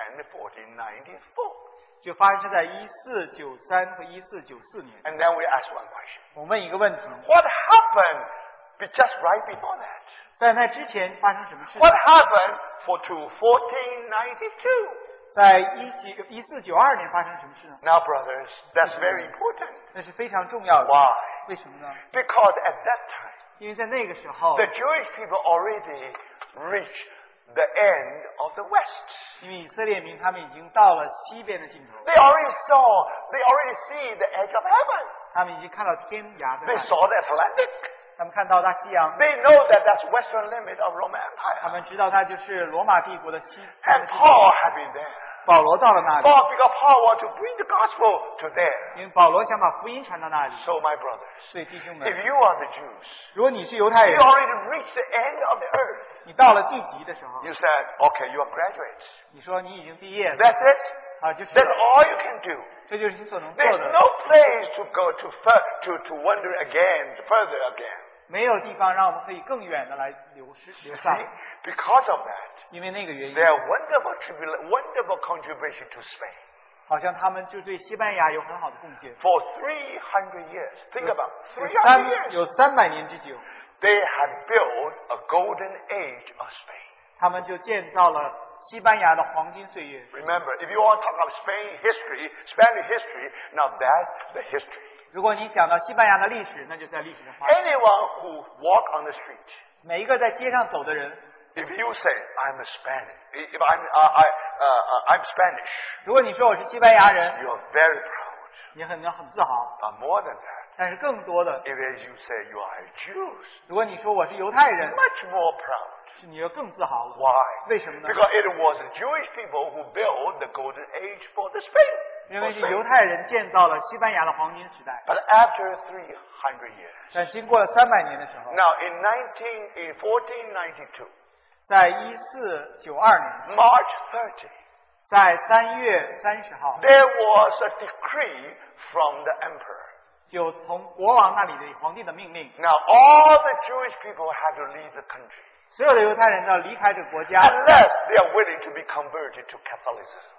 S2: and 1494.
S1: 就发生在一四九三和一四九四年。
S2: And then we ask one question.
S1: 我问一个问题，
S2: What happened be- just right before that?
S1: 在那之前发生什么事情
S2: What？happened for to 1492?
S1: 在一九一四九二年发生什么事呢？
S2: Now, brothers, that's very important.
S1: 那是非常重要的。
S2: Why?
S1: 为什么呢？
S2: Because at that time,
S1: 因为在那个时候
S2: the，Jewish people already reached the end of the West.
S1: 因为以色列民他们已经到了西边的尽头，
S2: They already saw, they already see the edge of heaven.
S1: 他们已经看到天涯的
S2: They
S1: 岸，
S2: saw the Atlantic.
S1: 他们看到大西洋，
S2: They know that that's western limit of Roman
S1: 他
S2: Empire.
S1: 们知道那就是罗马帝国的西。他
S2: And
S1: 们知道
S2: Paul had been there.
S1: 保罗到了那里，
S2: Paul, because Paul wanted to bring the gospel to there.
S1: 因为保罗想把福音传到那里。
S2: So, my brothers,
S1: 所以弟兄
S2: if
S1: 们，
S2: you are the Jews,
S1: 如果你是犹太
S2: you
S1: 人，
S2: already reached the end of the earth.
S1: 你到了地级的时候，
S2: You said, okay, you are graduates.
S1: 你说你已经毕业了，
S2: That's it.
S1: 啊，就是
S2: That's all you can do.
S1: 这就是你所能做
S2: There's
S1: 的。
S2: no place to go to fur- to to wander again, further again.
S1: 没有地方让我们可以更远的来流失流
S2: You see,
S1: 散，
S2: because of that,
S1: 因为那个原因，
S2: their wonderful tribula- wonderful contribution to Spain
S1: 好像他们就对西班牙有很好的贡献，
S2: for 300 years. Think about
S1: 有
S2: 300
S1: 三
S2: years.
S1: 有三百年之久，
S2: They had built a golden age of Spain.
S1: 他们就建造了西班牙的黄金岁月。
S2: Remember, if you want to talk about Spain history, Spanish history, now that's the history.
S1: 如果你讲到西班牙的历史，那就在历史上发生。
S2: Anyone who walk on the street,
S1: 每一个在街上走的人，
S2: if you say I'm a Spanish, if I'm uh, I, uh, uh, I'm Spanish,
S1: 如果你说我是西班牙人，
S2: you are very proud.
S1: 你很能很自豪。
S2: But more than that,
S1: 但是更多的，
S2: if as you say you are a Jew,
S1: 如果你说我是犹太人，
S2: much more proud.
S1: 是你就更自豪了。
S2: Why?
S1: 为什么呢？
S2: Because it was the Jewish people who built the golden age for the Spain.
S1: 因
S2: for
S1: 为是
S2: Spain.
S1: 犹太人建造了西班牙的黄金时代，
S2: But after 300 years,
S1: 但经过了三百年的时候，
S2: now in 19, in 1492,
S1: 在一四九二年，
S2: March 30,
S1: 在三月三十号，
S2: there was a decree from the emperor.
S1: 就从国王那里的皇帝的命令，
S2: Now all the Jewish people had to leave the country
S1: 所有的犹太人都要离开这个国家，
S2: unless they are willing to be converted to Catholicism.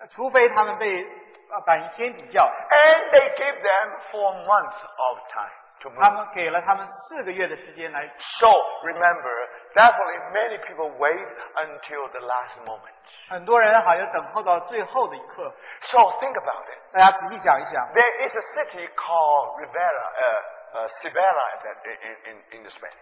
S1: 呃除非他们被呃反映天主教，
S2: And they gave them four months of time to
S1: 他
S2: move.
S1: 们给了他们四个月的时间来。
S2: So remember, definitely many people wait until the last moment.
S1: 很多人好像等候到最后的一刻。
S2: So think about it.
S3: 大家仔细想一想，
S2: There is a city called Rivera, uh, uh, Sevilla that- in, in, in Spain.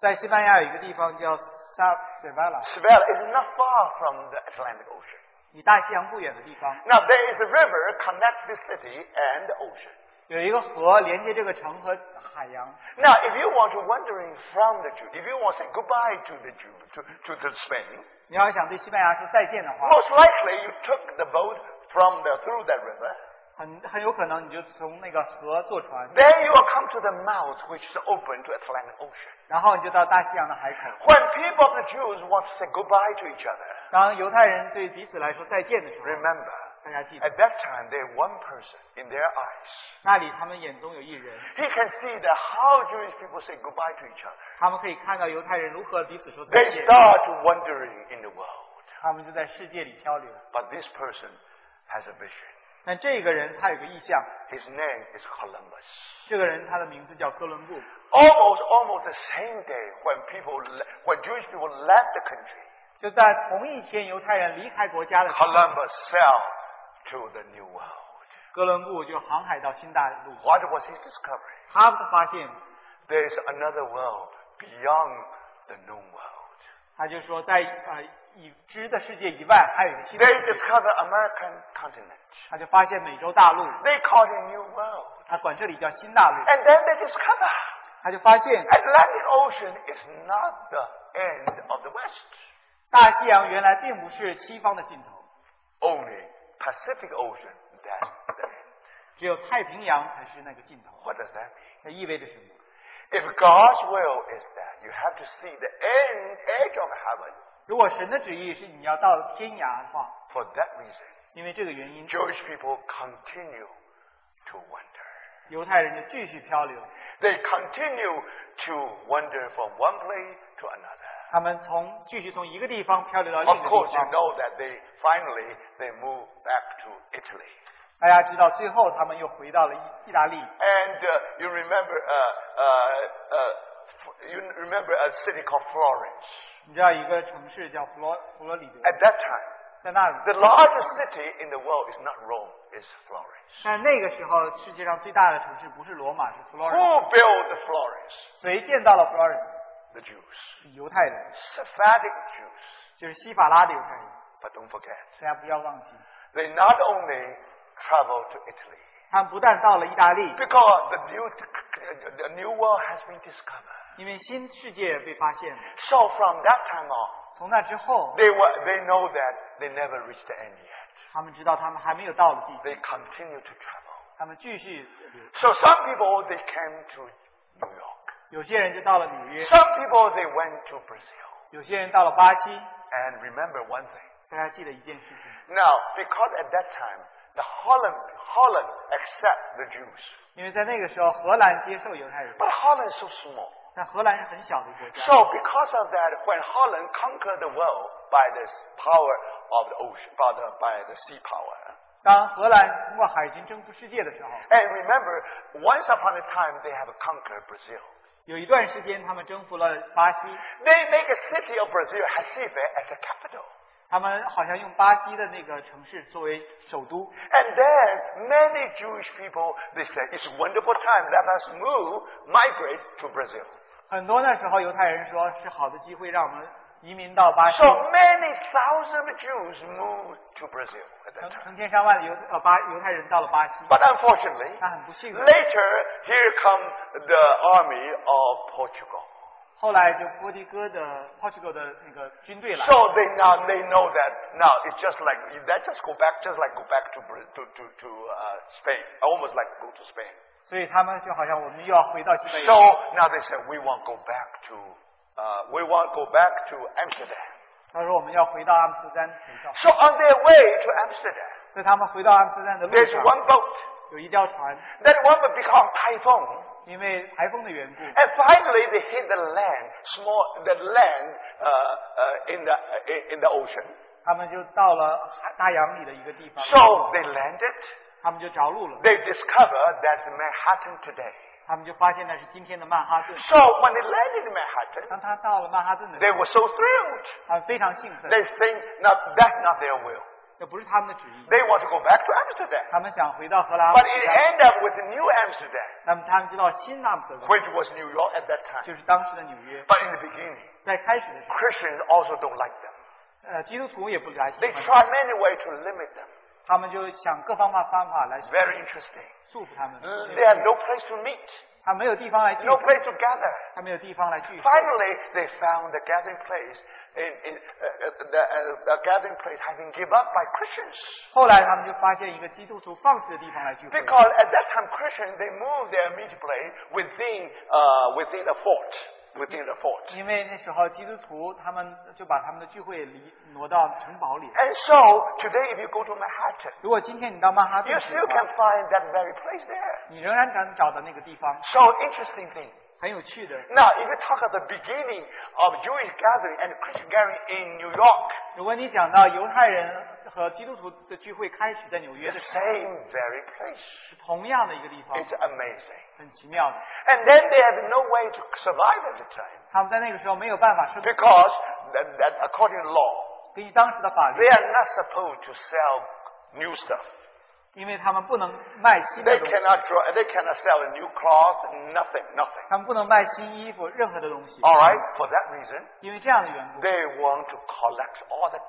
S1: 在西班牙有一个地方叫萨塞瓦拉，
S2: Sevilla is not far from the Atlantic Ocean.
S1: 离大西洋不远的地方，
S2: Now there is a river connect this city and the ocean.
S1: 有一个河连接这个城和海洋。
S2: Now, if you want to wandering from the Jew, if you want to say goodbye to the Jew, to, to the Spain,
S1: 你要想对西班牙说再见的话，
S2: most likely you took the boat from the through that river.
S1: 很很有可能你就从那个河坐船，
S2: Then you will come to the mouth which is open to Atlantic Ocean.
S1: 然后你就到大西洋的海口。
S2: When people of the Jews want to say goodbye to each other,
S1: 当犹太人对彼此来说再见的时候，
S2: remember,
S1: 大家记
S2: at
S1: 得，
S2: that time there one person in their eyes.
S1: 那里他们眼中有一人，
S2: He can see that how Jewish people say goodbye to each other.
S1: 他们可以看到犹太人如何彼此说再
S2: They
S1: 见，
S2: start wandering in the world.
S1: 他们就在世界里漂流。
S2: But this person has a vision.
S1: 但这个人他有个意向，
S2: His name is Columbus.
S1: 这个人他的名字叫哥伦布。
S2: Almost, almost the same day when people, le- when Jewish people left the country,
S1: 就在同一天，犹太人离开国家的时候，
S2: Columbus sailed to the New World.
S1: 哥伦布就航海到新大陆。
S2: What was his discovery?
S1: 他发现，
S2: There is another world beyond the known world.
S1: 他就说在呃已知的世界以外还有一个新的
S2: They
S1: 世界，
S2: discovered American continent.
S1: 他就发现美洲大陆，
S2: They called it New World.
S1: 他管这里叫新大陆，
S2: And then they discover
S1: 他就发现
S2: Atlantic Ocean is not the end of the West.
S1: 大西洋原来并不是西方的尽头，
S2: Only Pacific Ocean. That's the end.
S1: 只有太平洋才是那个尽头。
S2: What does that mean?
S1: 这意味着什么？
S2: If God's will is that you have to see the end edge of heaven
S1: 如果神的旨意是你要到天涯的话，
S2: for that reason,
S1: 因为这个原因，
S2: Jewish people continue to wander.
S1: 犹太人就继续漂流，
S2: They continue to wander from one place to another.
S1: 他们从继续从一个地方漂流到
S2: Of
S1: 另一个
S2: course,
S1: 地
S2: you
S1: 方。
S2: know that they finally they move back to Italy.
S1: 大家知道，最后他们又回到了意意大利。
S2: And uh, you remember uh, uh, uh, f- you remember a city called Florence.
S1: 你知道一个城市叫佛罗佛罗里德，
S2: At that time,
S1: 在那里。
S2: the largest city in the world is not Rome, it's Florence.
S1: 但那个时候，世界上最大的城市不是罗马，是
S2: Who
S1: Florence。
S2: built the Florence?
S1: 谁建造了 Florence？
S2: The Jews.
S1: 是犹太人，
S2: Sephardic Jews.
S1: 就是西法拉的犹太人。
S2: But don't forget,
S1: 大家不要忘记，
S2: they not only travel to Italy,
S1: 他们不但到了意大利，
S2: because the new, the new world has been discovered.
S1: 因为新世界被发现了。
S2: So from that time on,
S1: 从那之后，
S2: they, were, they know that they never reached the end yet.
S1: 他们知道他们还没有到的地方，
S2: They continue to travel.
S1: 他们继续留。
S2: So some people, they came to New York.
S1: 有些人就到了纽约，
S2: Some people, they went to Brazil.
S1: 有些人到了巴西。
S2: And remember one thing.
S1: 大家记得一件事情，
S2: Now, because at that time, the Holland, Holland accept the Jews.
S1: 因为在那个时候，荷兰接受犹太人，
S2: But Holland is so small.
S1: 但荷兰是很小的国家。
S2: So because of that, when Holland conquered the world by this power of the ocean, by the, by the sea power.
S1: 当荷兰通过海军征服世界的时候，
S2: And remember, once upon a time, they have conquered Brazil.
S1: 有一段时间他们征服了巴西，
S2: They make a city of Brazil, Recife, as the capital.
S1: 他们好像用巴西的那个城市作为首都。
S2: And then many Jewish people, they say, it's a wonderful time, let us move, migrate to Brazil.
S1: 很多那时候犹太人说是好的机会，让我们移民到巴西
S2: So。many thousand Jews moved to Brazil at that
S1: 成
S2: time.
S1: 成千上万的犹呃巴犹太人到了巴西，
S2: But unfortunately,
S1: 那很不幸的，
S2: later, here come the army of Portugal.
S1: 后来就波迪哥的 Portugal 的那个军队来
S2: So，they now they know that now it's just like that just go back just like go back to Bra- to to, to uh, Spain almost like go to Spain.
S1: 所以他们就好像我们又要回到西班
S2: So
S1: 牙。
S2: now they said we want go back to uh, we want go back to Amsterdam.
S1: 他说我们要回到阿姆斯特丹回到，
S2: So on their way to Amsterdam,
S1: 所以他们回到阿姆斯特丹的路
S2: there's
S1: 上
S2: one boat.
S1: 有一条船，
S2: That one boat become typhoon.
S1: 因为台风的缘故，
S2: And finally, they hit the land, small, the land uh, uh, in the uh, in the ocean.
S1: 他们就到了海大洋里的一个地方，
S2: So they landed.
S1: 他们就着陆了，
S2: They discovered that's Manhattan today.
S1: 他们就发现那是今天的曼哈顿。
S2: So when they landed in Manhattan,
S1: 当他到了曼哈顿的时
S2: they were so thrilled.
S1: 候，他们非常兴奋，
S2: They think not, that's not their will.
S1: 这不是他们的旨意，
S2: They want to go back to Amsterdam.
S1: 他们想回到荷兰。
S2: But it ended up with New Amsterdam,
S1: 那么他们就到新阿姆斯特丹，
S2: which was New York at that time.
S1: 就是当时的纽约。
S2: But in the beginning,
S1: 在开始的时候，
S2: Christians also don't like them.
S1: 呃，基督徒也不来喜
S2: They
S1: 欢他们，
S2: try many ways to limit them.
S1: 他们就想各方法方法来
S2: Very interesting.
S1: 束缚他们，
S2: They have no place to meet,
S1: 他没有地方来聚
S2: no
S1: 集，
S2: place to gather.
S1: 他没有地方来聚集。
S2: Finally, they found the gathering place, in, in, uh, uh, the, uh, a gathering place had been given up by Christians.
S1: 后来他们就发现一个基督徒放弃的地方来聚会，
S2: Because at that time, Christians, they moved their meeting place within, uh, within a fort, within a fort.
S1: 因为那时候基督徒他们就把他们的聚会离挪到城堡里。
S2: And so, today, if you go to Manhattan,
S1: 如果今天你到曼哈
S2: you
S1: 顿去的
S2: still can
S1: 话，
S2: find that very place there.
S1: 你仍然能找到那个地方，
S2: So, interesting thing.
S1: 很有趣的。
S2: Now, if you talk about the beginning of Jewish gathering and Christian gathering in New York,
S1: 如果你讲到犹太人和基督徒的聚会开始在纽约
S2: the
S1: 的时候，
S2: same very place.
S1: 是同样的一个地方，
S2: It's amazing.
S1: 很奇妙的。
S2: And then they have no way to survive at the time
S1: 他们在那个时候没有办法生存，
S2: because, that, that according to law,
S1: 根据当时的法
S2: they
S1: 律，
S2: are not supposed to sell new stuff.
S1: 因为他们不能卖新的
S2: They
S1: 东西，
S2: cannot draw. They cannot sell a new cloth. Nothing. Nothing.
S1: 他们不能卖新衣服，任何的东西。
S2: All right. For that reason,
S1: 因为这样的缘故，
S2: they want to collect all the garbage.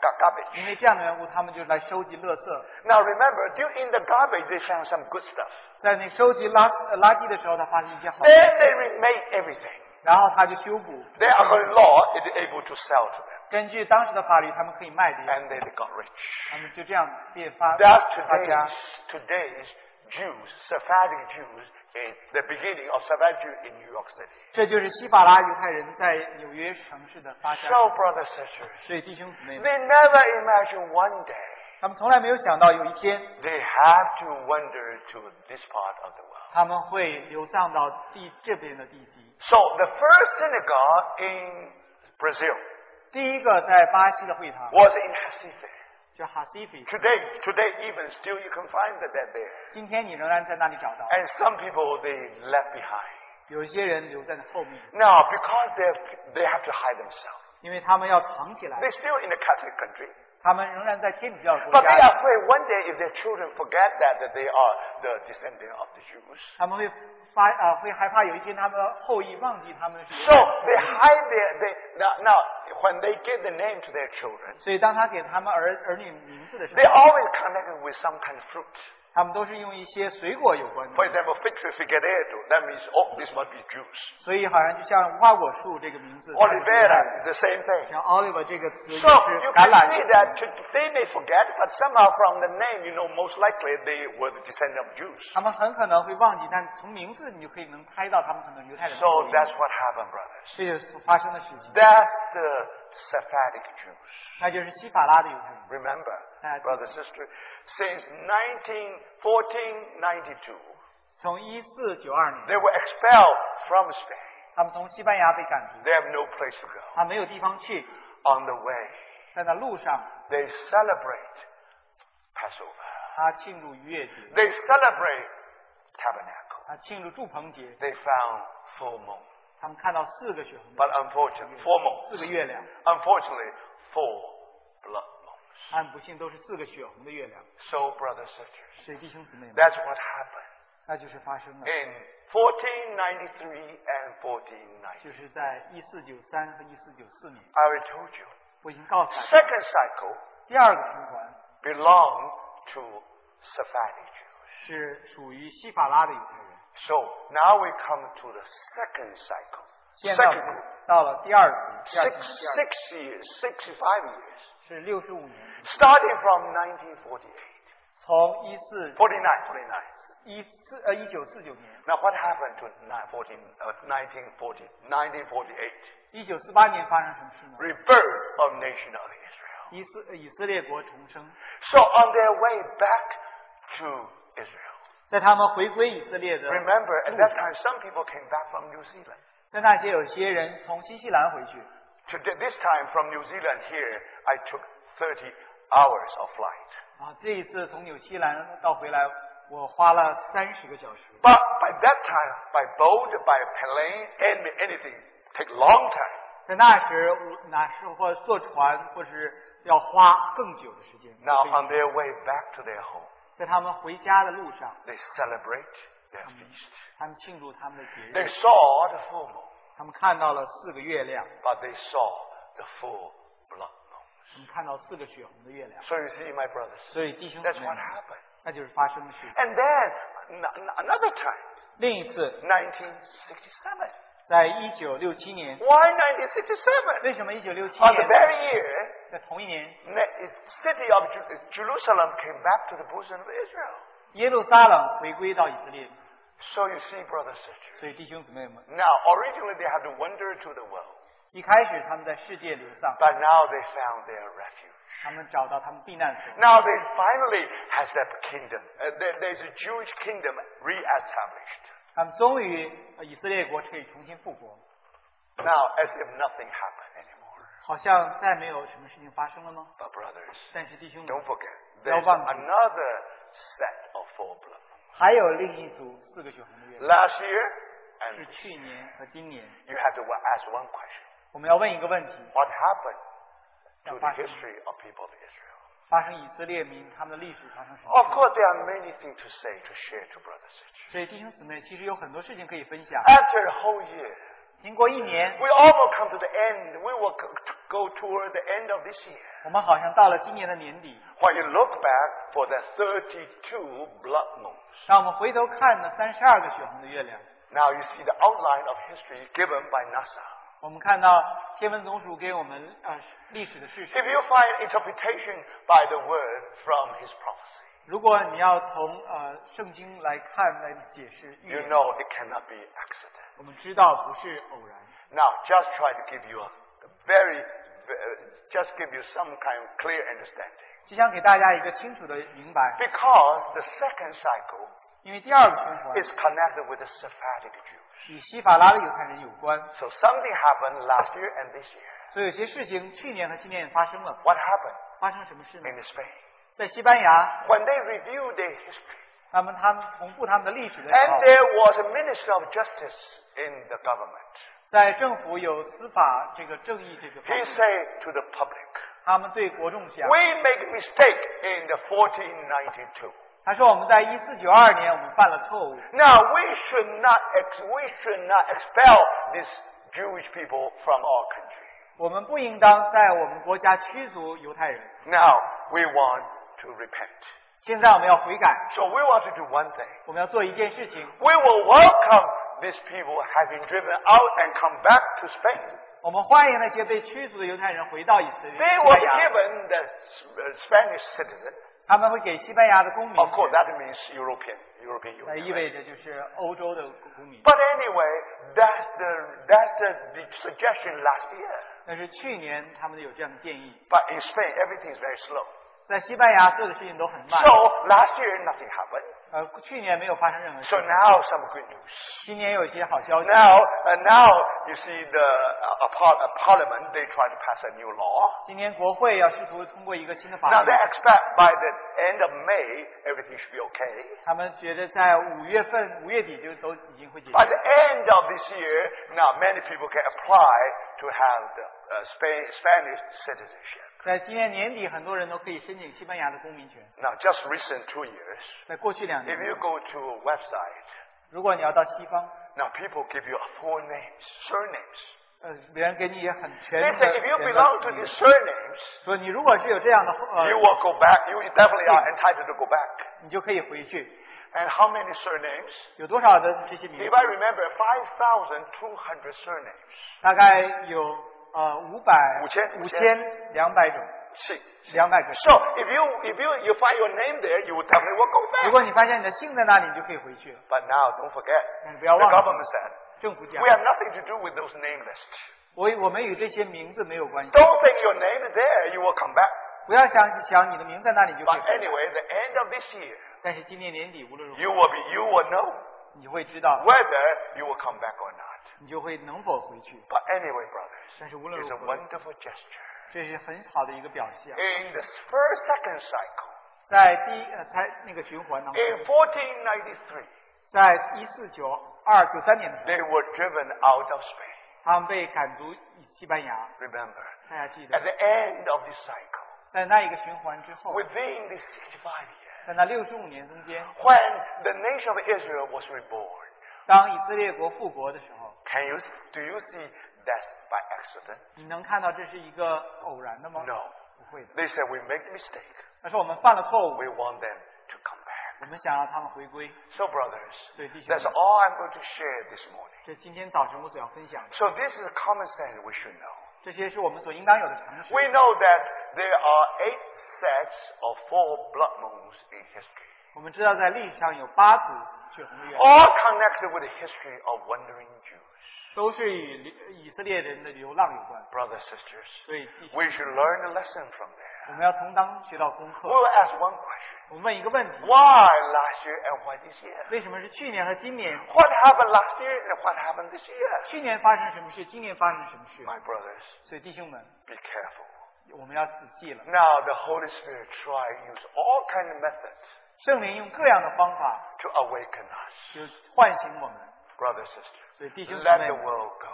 S2: gar- garbage.
S1: 因为这样的缘故，他们就来收集垃圾。
S2: Now remember, due- in the garbage, they found some good stuff.
S1: 在那收集垃呃垃圾的时候，他发现一些好，
S2: Then they remade everything.
S1: 然后他就修补。
S2: 哎 They are going law is able to sell to them,
S1: 根据当时的法律，他们可以卖掉，
S2: and they got rich.
S1: 他们就这样变发
S2: That's
S1: 发家
S2: today's。today's Jews, Sephardic Jews, is the beginning of Sephardic Jews in New York City.
S1: 这就是西法拉犹太人在纽约城市的发家。
S2: So, brothers and sisters,
S1: 所以弟兄姊妹们，
S2: they never imagine one day
S1: 他们从来没有想到有一天
S2: they have to wander to this part of the world.
S1: 他们会流散到地这边的地基。
S2: So, the first synagogue in Brazil
S1: 第一个在巴西的会堂
S2: was in Recife.
S1: 叫哈西菲，
S2: Today, today even still you can find the dead there.
S1: 今天你仍然在那里找到。
S2: And some people they left behind.
S1: 有一些人留在后面，
S2: Now, because they have, they have to hide themselves,
S1: 因为他们要藏起来，
S2: they're still in the Catholic country.
S1: 他们仍然在天主教国
S2: But
S1: 家
S2: they
S1: 里
S2: are afraid one day if their children forget that, that they are the descendant of the Jews.
S1: 他们会发啊、会害怕有一天他们的后裔忘记他们是
S2: So they hide their, they, now, now, when they give the name to their children,
S1: 所以当他给他们儿儿女名字的时
S2: they
S1: 候，
S2: always connect it with some kind of fruit.
S1: 他们都是用一些水果有关的
S2: For，example, fig tree figueiredo, that means, oh, this must be Jews.
S1: 所以好像就像无花果树这个名字
S2: Oliveira is the same thing.
S1: 像 olive 这个词就
S2: So
S1: 是
S2: you
S1: 橄
S2: can
S1: 榄树
S2: see that to, they may forget, but somehow from the name, you know, most likely they were the descendant of Jews.
S1: 他们很可能会忘记，但从名字你就可以能猜到他们可能犹太人的
S2: So
S1: 后裔。
S2: that's what happened, brothers.
S1: 这就是发生的事情，
S2: That's the Sephardic Jews.
S1: 那就是西法拉的犹太人。
S2: Remember,
S1: That's
S2: brother, sister, since 191492,
S1: 从一四九二年，
S2: they were expelled from Spain.
S1: 他们从西班牙被赶出，
S2: They have no place to go.
S1: 他没有地方去，
S2: On the way,
S1: 在那路上
S2: they celebrate Passover.
S1: 他庆祝逾越节，
S2: They celebrate Tabernacle.
S1: 他庆祝祝棚节，
S2: They found full moon.
S1: 他们看到四个血红
S2: But unfortunately, four
S1: 四个
S2: moons.
S1: 月亮，
S2: Unfortunately, four blood moons.
S1: 按不幸都是四个血红的月亮。
S2: So, brothers, sisters,
S1: 所以弟兄姊妹们，
S2: that's what happened
S1: 那就是发生了，
S2: in 1493 and 1490.
S1: 就是在一四九三和一四九四年，
S2: I already told you.
S1: 我已经告诉大家，
S2: Second cycle
S1: 第二个循环
S2: belong to Sephardic Jews.
S1: 是属于西法拉的犹太人。
S2: So now we come to the second cycle.
S1: 现在我
S2: Second
S1: 们
S2: group.
S1: 到了第二个，第二个第二
S2: Six,
S1: 个
S2: six years, 65 years.
S1: 是六十五年，
S2: Starting from 1948.
S1: 从一四
S2: 49, 49.
S1: 一四呃一九四九年，
S2: Now, what happened to 1914, uh, 1940, 1948?
S1: 一九四八年发生什么事呢？
S2: Rebirth of nation of Israel.
S1: 以色呃以色列国重生，
S2: So, on their way back to Israel,
S1: 在他们回归以色列的，
S2: remember at that time some people came back from New Zealand.
S1: 在那些有些人从新西兰回去，
S2: Today, this time from New Zealand here, I took 30 hours of flight.
S1: 啊，这一次从纽西兰到回来，我花了三十个小时。
S2: But by that time, by boat, by plane, and anything, take long time.
S1: 在那时，我那时候坐船或是要花更久的时间。
S2: Now on their way back to their home,
S1: 在他们回家的路上，
S2: they celebrate their feast.
S1: 他们庆祝他们的节
S2: They
S1: 日，
S2: saw the full moon,
S1: 他们看到了四个月亮，
S2: but they saw the full blood moon.
S1: 他们看到四个血红的月亮。
S2: So you see, my brothers,
S1: 所以弟兄姊
S2: that's
S1: 妹
S2: what，happened.
S1: 那就是发生的事情。
S2: And then n- n- another time,
S1: 另一次，
S2: 1967.
S1: 在一九六七年，
S2: Why 1967?
S1: 为什么一九六七
S2: On the
S1: 年
S2: very year,
S1: 在同一年，
S2: the city of Ju- Jerusalem came back to the bosom of Israel.
S1: 耶路撒冷回归到以色列？
S2: So you see, brothers and sisters.
S1: 所以弟兄姊妹们，
S2: Now, originally they had to wander to the world,
S1: 一开始他们在世界流丧，
S2: but now they found their refuge.
S1: 他们找到他们避难所。
S2: Now they finally has that kingdom. Uh, there, there's a Jewish kingdom re-established.
S1: 他们终于呃以色列国可以重新复国，
S2: Now, as if nothing happened anymore.
S1: 好像再没有什么事情发生了吗？
S2: But brothers,
S1: 但是弟兄们
S2: don't，forget,
S1: Don't
S2: there's
S1: forget.
S2: another set of four blood.
S1: 还有另一组四个血红的月亮，
S2: Last year, and
S1: 是去年和今年。
S2: you have to wa- ask one question.
S1: 我们要问一个问题：
S2: What happened to
S1: 要
S2: the
S1: 发生
S2: history of people of Israel?
S1: 发生以色列民他们的历史发生什么
S2: Of
S1: 事？
S2: course, there are many things to say, to share to brothers and sisters.
S1: 所以弟兄姊妹，其实有很多事情可以分享。
S2: After a whole year,
S1: 经过一年，
S2: We almost come to the end. We will go- go toward the end of this year.
S1: 我们好像到了今年的年底，
S2: When you look back for the 32 blood moons,
S1: 让我们回头看那三十二个血红的月亮，
S2: now you see the outline of history given by NASA.
S1: 我们看到天文总署给我们呃历史的事
S2: If
S1: 实。
S2: you find interpretation by the word from his prophecy,
S1: 如果你要从呃圣经来看来解释预
S2: you
S1: 言，
S2: know it cannot be accident.
S1: 我们知道不是偶然。
S2: Now, just try to give you a very, very- just give you some kind of clear understanding.
S1: 就想给大家一个清楚的明白，
S2: Because the second cycle
S1: 因为第二个循环
S2: is connected with the Sephardic Jews.
S1: 与西法拉的犹太人有关，
S2: So something happened last year and this year.
S1: 所以有些事情去年和今年也发生了。
S2: What happened
S1: 发生什么事呢
S2: in？Spain?
S1: 在西班牙，
S2: When they reviewed their history,
S1: 他们他们重复他们的历史的时
S2: and
S1: 候，
S2: there was a minister of justice in the government,
S1: 在政府有司法这个正义这个方
S2: he
S1: 面，
S2: said to the public,
S1: 他们对国众讲，
S2: we make mistake in the 1492.
S1: 他说我们在一四九二年我们犯了错误，
S2: Now we should not ex- we should not expel these Jewish people from our country.
S1: 我们不应当在我们国家驱逐犹太人。
S2: Now we want to repent.
S1: 现在我们要悔改，
S2: So we want to do one thing.
S1: 我们要做一件事情，
S2: We will welcome these people have been driven out and come back to Spain.
S1: 我们欢迎那些被驱逐的犹太人回到以色列。
S2: They
S1: 西
S2: were
S1: 班牙
S2: given the S- uh, Spanish citizen.
S1: 他们会给西班牙的公民，
S2: Of course, that means European, European
S1: 那
S2: Union.
S1: 意味着就是欧洲的公民。
S2: But anyway, that's the that's the, the suggestion last year.
S1: 但是去年他们有这样的建议，
S2: But in Spain, everything is very slow.
S1: 在西班牙做的事情都很慢
S2: So，last year nothing happened.
S1: 呃，去年没有发生任何事
S2: So，now some good news.
S1: 今年有一些好消息。
S2: Now, uh, now you see the uh, a par- a parliament they try to pass a new law.
S1: 今年国会要试图通过一个新的法
S2: Now
S1: 律
S2: they，expect by the end of May everything should be okay.
S1: 他们觉得在五月份、五月底就都已经会解决。
S2: By the end of this year, now many people can apply to have the uh, Spain, Spanish citizenship.
S1: 在今年年底，很多人都可以申请西班牙的公民权。
S2: Now, just recent two years,
S1: 在过去两
S2: if
S1: 年，
S2: you go to a website,
S1: 如果你要到西方，
S2: now people give you four names, surnames.
S1: 呃，别人给你也很全
S2: They
S1: 面
S2: say
S1: 的
S2: if you
S1: 人
S2: belong
S1: 的
S2: to
S1: 理由
S2: these surnames,
S1: 说你如果是有这样的
S2: you
S1: 呃，
S2: will go back. You definitely are entitled to go back.
S1: 你就可以回去。
S2: And how many surnames?
S1: 有多少的这些名
S2: If
S1: 字？
S2: I remember, 5,200 surnames.
S1: 大概有呃五百
S2: 五千
S1: 五
S2: 五
S1: 千两百种
S2: See.
S1: 两百个。
S2: So if you if you you find your name there, you will definitely will go
S1: 如
S2: back.
S1: 果你发现你的姓在那里，你就可以回去了。
S2: But now, don't forget,
S1: 但是不要
S2: the
S1: 忘了，
S2: government said
S1: 政府讲
S2: we，have nothing to do with those name lists.
S1: 我我们与这些名字没有关系。
S2: Don't think your name is there, you will come back.
S1: 不要想想你的名字在那里就可以
S2: But
S1: 回去。
S2: anyway, the end of this year,
S1: 但是今年年底无论如何，
S2: you will be you will know
S1: 你就会知道
S2: whether you will come back or not.
S1: 你就会能否回去。
S2: But anyway, brothers,
S1: 但是无论
S2: it's
S1: 如
S2: a
S1: 何，
S2: wonderful gesture.
S1: 这是很好的一个表现。
S2: In the first second cycle,
S1: 在第呃，才那个循环当中，
S2: in 1493,
S1: 在一四九二九三年的时候，
S2: they were driven out of Spain.
S1: 他们被赶逐西班牙。
S2: Remember,
S1: 大家记
S2: at
S1: 得，
S2: the end of this cycle,
S1: 在那一个循环之后，
S2: within these 65 years,
S1: 在那六十五年中间，
S2: when the nation of Israel was reborn,
S1: 当以色列国复国的时候，
S2: can you do you see that's by accident?
S1: 你能看到这是一个偶然的吗？
S2: No.
S1: 不会的。
S2: They said we make mistake.
S1: 但是我们犯了错误，
S2: We want them to come back.
S1: 我们想让他们回归。
S2: So, brothers,
S1: 所以弟兄
S2: that's
S1: 们，
S2: all I'm going to share this morning.
S1: 这今天早晨我所要分享的，
S2: So, this is common sense we should know.
S1: 这些是我们所应当有的常识。
S2: We know that there are eight sets of four blood moons in history,
S1: 我们知道，在历史上有八组血红月，
S2: all connected with the history of wandering Jews.
S1: 都是与以色列人的流浪有关。
S2: Brothers, sisters,
S1: 所以弟兄
S2: we，should learn a lesson from there.
S1: 我们要从当中学到功课。
S2: We'll ask one question
S1: 我们问一个问题：
S2: Why last year and why this year?
S1: 为什么是去年和今年？
S2: What happened last year and what happened this year?
S1: 去年发生什么事？今年发生什么事？
S2: My brothers,
S1: 所以弟兄们，
S2: be careful.
S1: 我们要仔细了。
S2: Now the Holy Spirit try use all kind of methods
S1: 圣灵用各样的方法，
S2: to awaken us.
S1: 就唤醒我们。
S2: Brothers, sisters,
S1: 所以弟兄姊
S2: let
S1: 妹
S2: the，world go.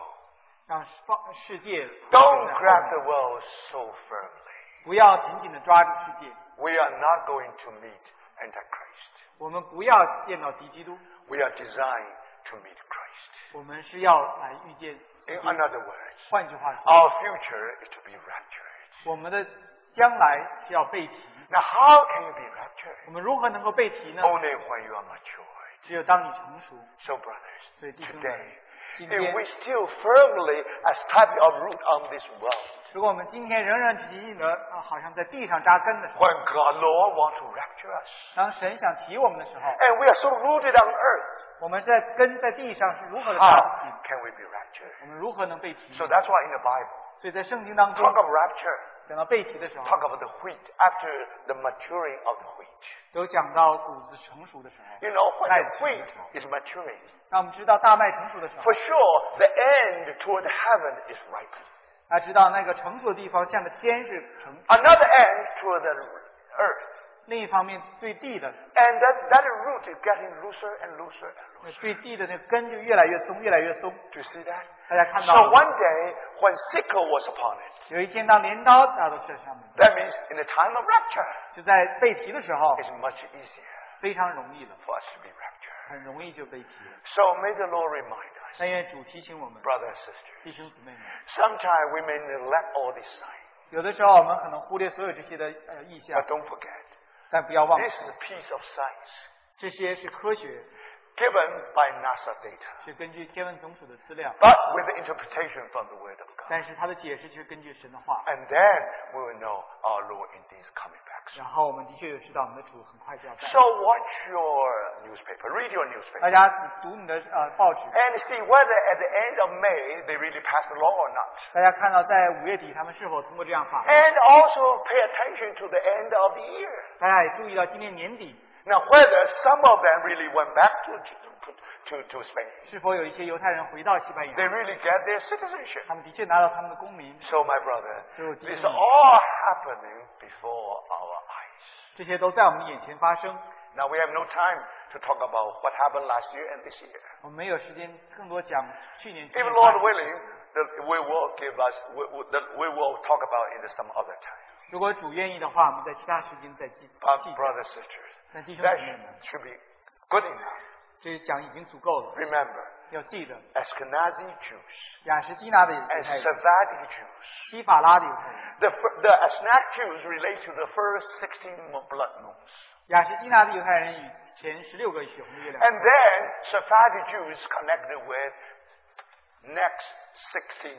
S1: 让放世界
S2: Don't grab the world so firmly.
S1: 不要紧紧的抓住世界。
S2: We are not going to meet Antichrist.
S1: 我们不要见到敌基督，
S2: We are designed to meet Christ.
S1: 我们是要来遇见基
S2: In
S1: 督。
S2: other words,
S1: 换句话说，
S2: our future is to be raptured.
S1: 我们的将来是要被提。
S2: Now, how can you be raptured?
S1: 我们如何能够被提呢？
S2: Only when you are matured.
S1: 只有当你成熟。
S2: So, brothers,
S1: 所以弟兄
S2: today,
S1: 们，今
S2: if
S1: 天
S2: we still firmly establish our root on this world,
S1: 如果我们今天仍然紧紧的，啊好像在地上扎根的时候，
S2: when God, Lord, want to rapture us,
S1: 当神想提我们的时候，
S2: and we are so rooted on earth,
S1: 我们是在根在地上是如何的
S2: how
S1: 扎根？
S2: can we be raptured?
S1: 我们如何能被提？
S2: So that's why in the Bible,
S1: 所以在圣经当中
S2: talk of rapture,
S1: 讲到被提的时候，
S2: talk about the wheat after the maturing of the wheat.
S1: 有讲到谷子成熟的时候。
S2: You know, when the
S1: Right.
S2: wheat is maturing,
S1: 那我们知道大麦成熟的时候
S2: for，sure the end toward heaven is ripe.
S1: 啊，知道那个成熟的地方向着天是成，
S2: Another end toward the earth.
S1: 另一方面对地的，
S2: And that, that root is getting looser and looser and looser.
S1: 对地的那个根就越来越松，越来越松。
S2: Do you see that?
S1: 大家看
S2: So
S1: 到了吗
S2: one day, when sickle was upon it,
S1: 有一天当镰刀打到这上面，
S2: that means in the time of rapture,
S1: 就在被提的时候
S2: it's much easier
S1: 非常容易了，
S2: for us to be raptured.
S1: 很容易就被提了。
S2: So may the Lord remind us,
S1: 但愿主提醒我们，
S2: brother and sister,
S1: 弟兄姊妹们，
S2: sometimes we may neglect all these signs,
S1: 有的时候我们可能忽略所有这些的呃意象
S2: but，don't forget,
S1: 但不要忘了
S2: this is a piece of science
S1: 这些是科学，
S2: given by NASA data,
S1: 是根据天文总署的资料，
S2: but with the interpretation from the Word of God.
S1: 但是它的解释却根据神的话。
S2: And then we will know our Lord indeed is coming back soon.
S1: 然后我们的确也知道我们的主很快就要到。
S2: So watch your newspaper, read your
S1: 大
S2: newspaper,
S1: 家读你的呃报纸，
S2: and see whether at the end of May they really pass the law or not.
S1: 大家看到在五月底他们是否通过这样法律？
S2: And also pay attention to the end of the year.
S1: 大家也注意到今年年底
S2: Now, whether some of them really went back to, to, to, to Spain,
S1: 是否有一些犹太人回到西班
S2: they
S1: 牙，
S2: really get their citizenship.
S1: 他们的确拿到他们的公民，
S2: So, my brother,
S1: So, dear-
S2: this all happening before our eyes.
S1: 这些都在我们的眼前发生。
S2: Now, we have no time to talk about what happened last year and this year.
S1: 我们没有时间更多讲去年。今
S2: If
S1: 年
S2: Lord willing, the- we will give us, we, we, the- we will talk about it some other time.
S1: 如果主愿意的话，我们在其他时间再记
S2: But
S1: 记。
S2: brothers, sisters,
S1: 那弟兄
S2: that
S1: 姊妹们，
S2: should be good enough.
S1: 这讲已经足够了。
S2: Remember,
S1: 要记得，
S2: Ashkenazi Jews
S1: 雅什基拿的犹
S2: and
S1: 太人，
S2: Sephardic Jews,
S1: 西法拉的犹太人，
S2: the, fir- the Ashkenazi Jews relate to the first 16 mo- blood moons.
S1: 雅什基拿的犹太人与前十六个血红月亮
S2: And then Sephardic Jews connected with next 16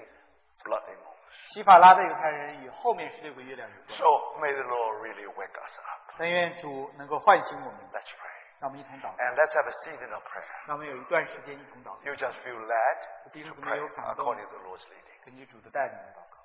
S2: bloody moons.
S1: 西法拉的犹太人与后面十六个月亮有关。
S2: So may the Lord really wake us up.
S1: 但愿主能够唤醒我们，
S2: Let's pray.
S1: 让我们一同祷告，
S2: And let's have a season of prayer.
S1: 让我们有一段时间一同祷告，
S2: 哎 You just feel led
S1: 弟
S2: to
S1: 兄姊妹
S2: pray
S1: 有感动，
S2: according to the Lord's leading.
S1: 根据主的带领来祷告。